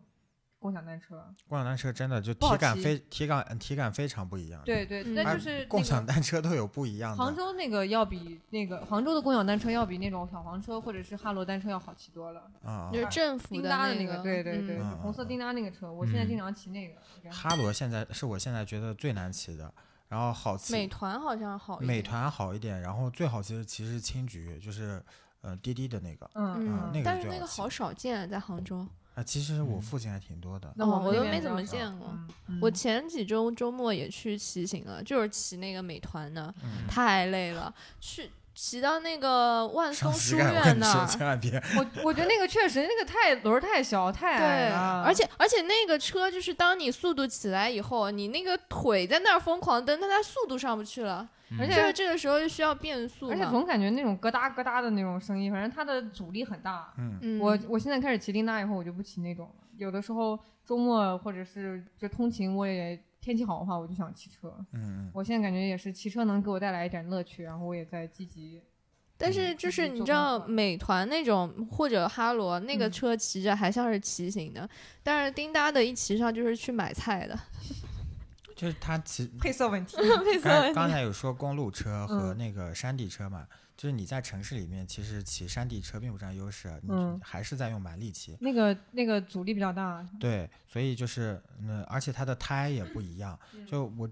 Speaker 1: 共享单车。
Speaker 3: 共享单车真的就
Speaker 1: 不好
Speaker 3: 体感
Speaker 1: 骑
Speaker 3: 非体感体感非常不一样。
Speaker 1: 对对，
Speaker 2: 嗯
Speaker 1: 但
Speaker 3: 它
Speaker 1: 就是
Speaker 3: 哎共
Speaker 1: 那个
Speaker 3: 享单车都有不一样
Speaker 1: 杭
Speaker 3: 的。
Speaker 1: 州那个要比那个杭州的共享单车要比那种小黄车或者是哈罗单车要好骑多了。
Speaker 3: 啊、
Speaker 2: 就是政府
Speaker 1: 叮当的
Speaker 2: 那
Speaker 1: 个，对对对，
Speaker 2: 嗯
Speaker 3: 嗯
Speaker 1: 红色叮当那个车，我现在经常骑那个。我觉得
Speaker 3: 哈罗现在是我现在觉得最难骑的，然后好骑
Speaker 2: 美团好像好一点，
Speaker 3: 美团好一点，然后最好骑的其实是青桔，就是呃滴滴的那个啊、
Speaker 1: 嗯，
Speaker 3: 啊
Speaker 2: 嗯，
Speaker 3: 那个
Speaker 2: 但是
Speaker 3: 最
Speaker 2: 那
Speaker 3: 好
Speaker 2: 个
Speaker 3: 骑
Speaker 2: 好少见啊，在杭州，
Speaker 3: 其实我
Speaker 4: 嗯
Speaker 3: 附近还挺多的。
Speaker 1: 那我
Speaker 2: 哦
Speaker 1: 们
Speaker 2: 我
Speaker 1: 那
Speaker 2: 都
Speaker 1: 边
Speaker 2: 没
Speaker 1: 比
Speaker 2: 怎
Speaker 1: 较
Speaker 2: 么
Speaker 1: 少
Speaker 2: 见过。
Speaker 1: 嗯
Speaker 2: 我前几周周末也去骑行了，就是骑那个美团的，
Speaker 3: 嗯
Speaker 2: 太累了，去骑到那个万
Speaker 3: 伤
Speaker 2: 松
Speaker 3: 膝
Speaker 2: 书
Speaker 3: 盖，我跟
Speaker 2: 院
Speaker 3: 你
Speaker 2: 那
Speaker 3: 说，
Speaker 2: 儿。
Speaker 3: 千万别。
Speaker 1: 我我觉得那个确实那个太轮儿太小太啊矮
Speaker 2: 对，
Speaker 1: 了，
Speaker 2: 而且而且那个车就是当你速度起来以后，你那个腿在那儿疯狂蹬，但它速度上不去了，
Speaker 4: 嗯
Speaker 1: 而
Speaker 2: 就
Speaker 1: 且
Speaker 2: 是这个时候就需要变速
Speaker 1: 而且
Speaker 2: 嘛。
Speaker 1: 总感觉那种咯哒咯哒的那种声音，反正它的阻力很大。
Speaker 3: 嗯，
Speaker 2: 嗯
Speaker 1: 我我现在开始骑叮当以后，我就不骑那种了。有的时候周末或者是就通勤，我也天气好的话，我就想骑车。
Speaker 3: 嗯
Speaker 1: 我现在感觉也是骑车能给我带来一点乐趣，然后我也在积极。
Speaker 2: 但是就是
Speaker 1: 嗯
Speaker 2: 你知道
Speaker 1: 做功课
Speaker 2: 美团那种或者哈罗那个
Speaker 1: 嗯
Speaker 2: 车骑着还像是骑行的，但是叮当的一骑上就是去买菜的。
Speaker 3: 嗯，就是它
Speaker 1: [LAUGHS]
Speaker 3: 骑
Speaker 5: 配色问题。
Speaker 2: 配色
Speaker 3: 刚
Speaker 2: 问题
Speaker 3: 刚才有说公路车和
Speaker 1: 嗯
Speaker 3: 那个山地车嘛，就是你在城市里面其实骑山地车并不占优势，啊你
Speaker 1: 嗯
Speaker 3: 还是在用蛮力骑。
Speaker 1: 那个那个阻力比较大，
Speaker 3: 对，所以就是嗯，而且它的胎也不一样。就我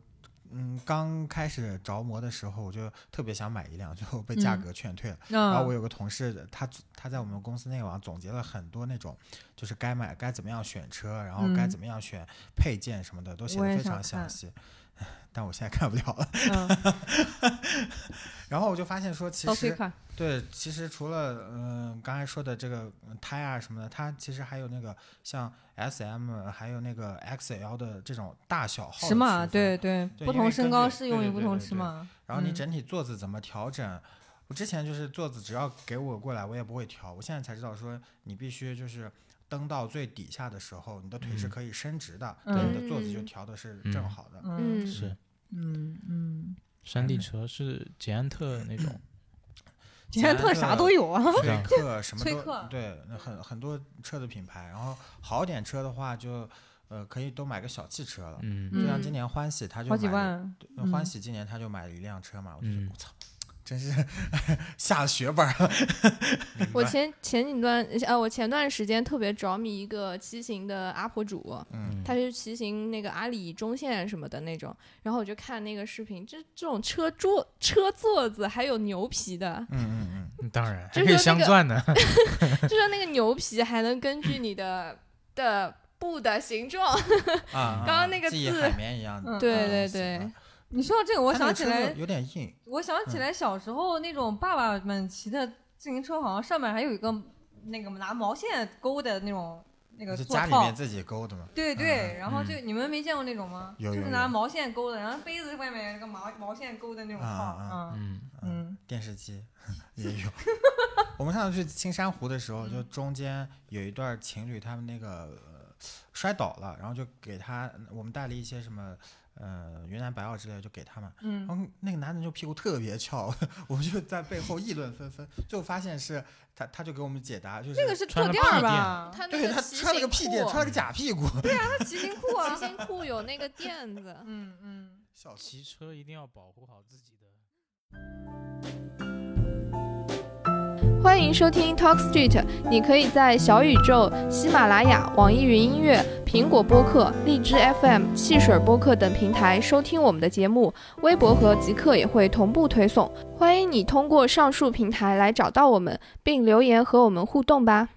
Speaker 3: 嗯刚开始着魔的时候，我就特别想买一辆，最后被价
Speaker 1: 嗯
Speaker 3: 格劝退了。
Speaker 1: 那、
Speaker 3: 啊然后我有个同事，他他在我们公司内网总结了很多那种，就是该买该怎么样选车，然后该
Speaker 1: 嗯
Speaker 3: 怎么样选配件什么的，都写
Speaker 1: 我
Speaker 3: 的
Speaker 1: 也
Speaker 3: 非
Speaker 1: 想
Speaker 3: 常详
Speaker 1: 看
Speaker 3: 细。 [LAUGHS] 但我现在看不了了。 [LAUGHS]
Speaker 1: 嗯，
Speaker 3: 然后我就发现说，其
Speaker 1: 到可以
Speaker 3: 实
Speaker 1: 看，
Speaker 3: 对，其实除了嗯、刚才说的这个嗯胎啊什么的，它其实还有那个像 S M 还有那个 X L 的这种大小号的
Speaker 1: 尺码
Speaker 3: 区分
Speaker 1: 对对，
Speaker 3: 对
Speaker 1: 不
Speaker 3: 因为
Speaker 1: 同身
Speaker 3: 根
Speaker 1: 高
Speaker 3: 据
Speaker 1: 适
Speaker 3: 对
Speaker 1: 用于
Speaker 3: 对
Speaker 1: 不
Speaker 3: 对
Speaker 1: 同
Speaker 3: 对
Speaker 1: 尺
Speaker 3: 对
Speaker 1: 码。
Speaker 3: 然后你
Speaker 1: 嗯
Speaker 3: 整体坐姿怎么调整？我之前就是坐姿只要给我过来，我也不会调。我现在才知道说你必须就是蹬到最底下的时候，你的腿是
Speaker 4: 嗯
Speaker 3: 可以伸直的，
Speaker 1: 嗯
Speaker 3: 对你的坐姿就
Speaker 2: 嗯
Speaker 3: 调的是正
Speaker 4: 嗯
Speaker 3: 好的。
Speaker 1: 嗯
Speaker 2: 嗯，
Speaker 4: 是
Speaker 1: 嗯嗯，
Speaker 4: 山地车是捷安特那种，
Speaker 1: 捷安特啥都有啊，
Speaker 4: 对
Speaker 3: 崔
Speaker 4: 啊
Speaker 3: 克什么
Speaker 1: 崔
Speaker 3: 都
Speaker 1: 克
Speaker 3: 对，那很很多车的品牌。然后好点车的话就呃可以都买个小汽车了。
Speaker 4: 嗯
Speaker 3: 就像
Speaker 2: 嗯
Speaker 3: 今年欢喜，啊他就
Speaker 1: 好几
Speaker 3: 买了
Speaker 1: 万。
Speaker 3: 对
Speaker 1: 嗯
Speaker 3: 欢喜今年他就买了一辆车嘛，我就觉得
Speaker 4: 嗯
Speaker 3: 我操，真是 [LAUGHS] 下了血本儿了。 [LAUGHS] 明
Speaker 2: 我
Speaker 3: 白
Speaker 2: 前前几段呃，我前段时间特别着迷一个骑行的 UP 主，
Speaker 3: 嗯，
Speaker 2: 他是骑行那个阿里中线什么的那种，然后我就看那个视频，这这种车座车座子还有牛皮的，
Speaker 3: 嗯嗯嗯。
Speaker 4: 嗯当然
Speaker 2: 就
Speaker 4: 还
Speaker 2: 是
Speaker 4: 可以
Speaker 2: 说
Speaker 4: 镶
Speaker 2: 那个
Speaker 4: 钻的，
Speaker 2: 就说那个牛皮还能根据你的 [LAUGHS] 的布的形状，
Speaker 1: [LAUGHS]
Speaker 3: 啊，
Speaker 2: 刚刚那个
Speaker 3: 记忆
Speaker 2: 字
Speaker 3: 海绵一样的，
Speaker 1: 嗯
Speaker 2: 对
Speaker 3: 嗯
Speaker 2: 对
Speaker 3: 死
Speaker 2: 对
Speaker 3: 了
Speaker 1: 你说到这个，我
Speaker 3: 它那
Speaker 1: 想
Speaker 3: 个
Speaker 1: 起
Speaker 3: 车
Speaker 1: 来
Speaker 3: 有点硬，
Speaker 1: 我想
Speaker 3: 嗯
Speaker 1: 起来小时候那种爸爸们骑的自行车，好像上面还有一个那个拿毛线勾的那种那个
Speaker 3: 就
Speaker 1: 座
Speaker 3: 家里
Speaker 1: 套
Speaker 3: 面。自己勾的嘛。
Speaker 1: 对对，然后
Speaker 4: 嗯
Speaker 1: 就你们没见过那种吗？
Speaker 3: 哎有
Speaker 1: 就是
Speaker 3: 有
Speaker 1: 拿
Speaker 3: 有
Speaker 1: 毛线勾的，然后杯子外面有个毛毛线勾的那种
Speaker 3: 啊
Speaker 1: 套。
Speaker 3: 啊
Speaker 1: 嗯
Speaker 4: 嗯
Speaker 1: 嗯
Speaker 3: 电
Speaker 1: [LAUGHS]
Speaker 3: 视机也有。 [LAUGHS] 我们上次去青山湖的时候，就
Speaker 1: 嗯
Speaker 3: 中间有一对情侣，他们那个、呃、摔倒了，然后就给他我们带了一些什么。呃，云南白药之类的就给他们，然
Speaker 4: 哦
Speaker 1: 嗯，
Speaker 3: 后那个男的就屁股特别翘，我们就在背后议论纷纷，最后发现是他，他就给我们解答，就是
Speaker 1: 这个是
Speaker 4: 穿
Speaker 1: 坐
Speaker 4: 了
Speaker 1: 垫
Speaker 4: 屁
Speaker 1: 儿
Speaker 4: 垫
Speaker 1: 吧？
Speaker 2: 他那
Speaker 3: 对他
Speaker 2: 个骑
Speaker 3: 穿了
Speaker 2: 行
Speaker 3: 个屁垫，
Speaker 2: 裤，
Speaker 3: 穿了个假屁股，
Speaker 1: 它骑行裤啊。
Speaker 2: 骑。行裤有那个垫子
Speaker 1: 嗯嗯，
Speaker 3: 笑死。
Speaker 4: 骑车一定要保护好自己的。
Speaker 2: 欢迎收听 Talk Street，你可以在小宇宙、喜马拉雅、网易云音乐、苹果播客、荔枝 FM、汽水播客等平台收听我们的节目，微博和极客也会同步推送。欢迎你通过上述平台来找到我们，并留言和我们互动吧。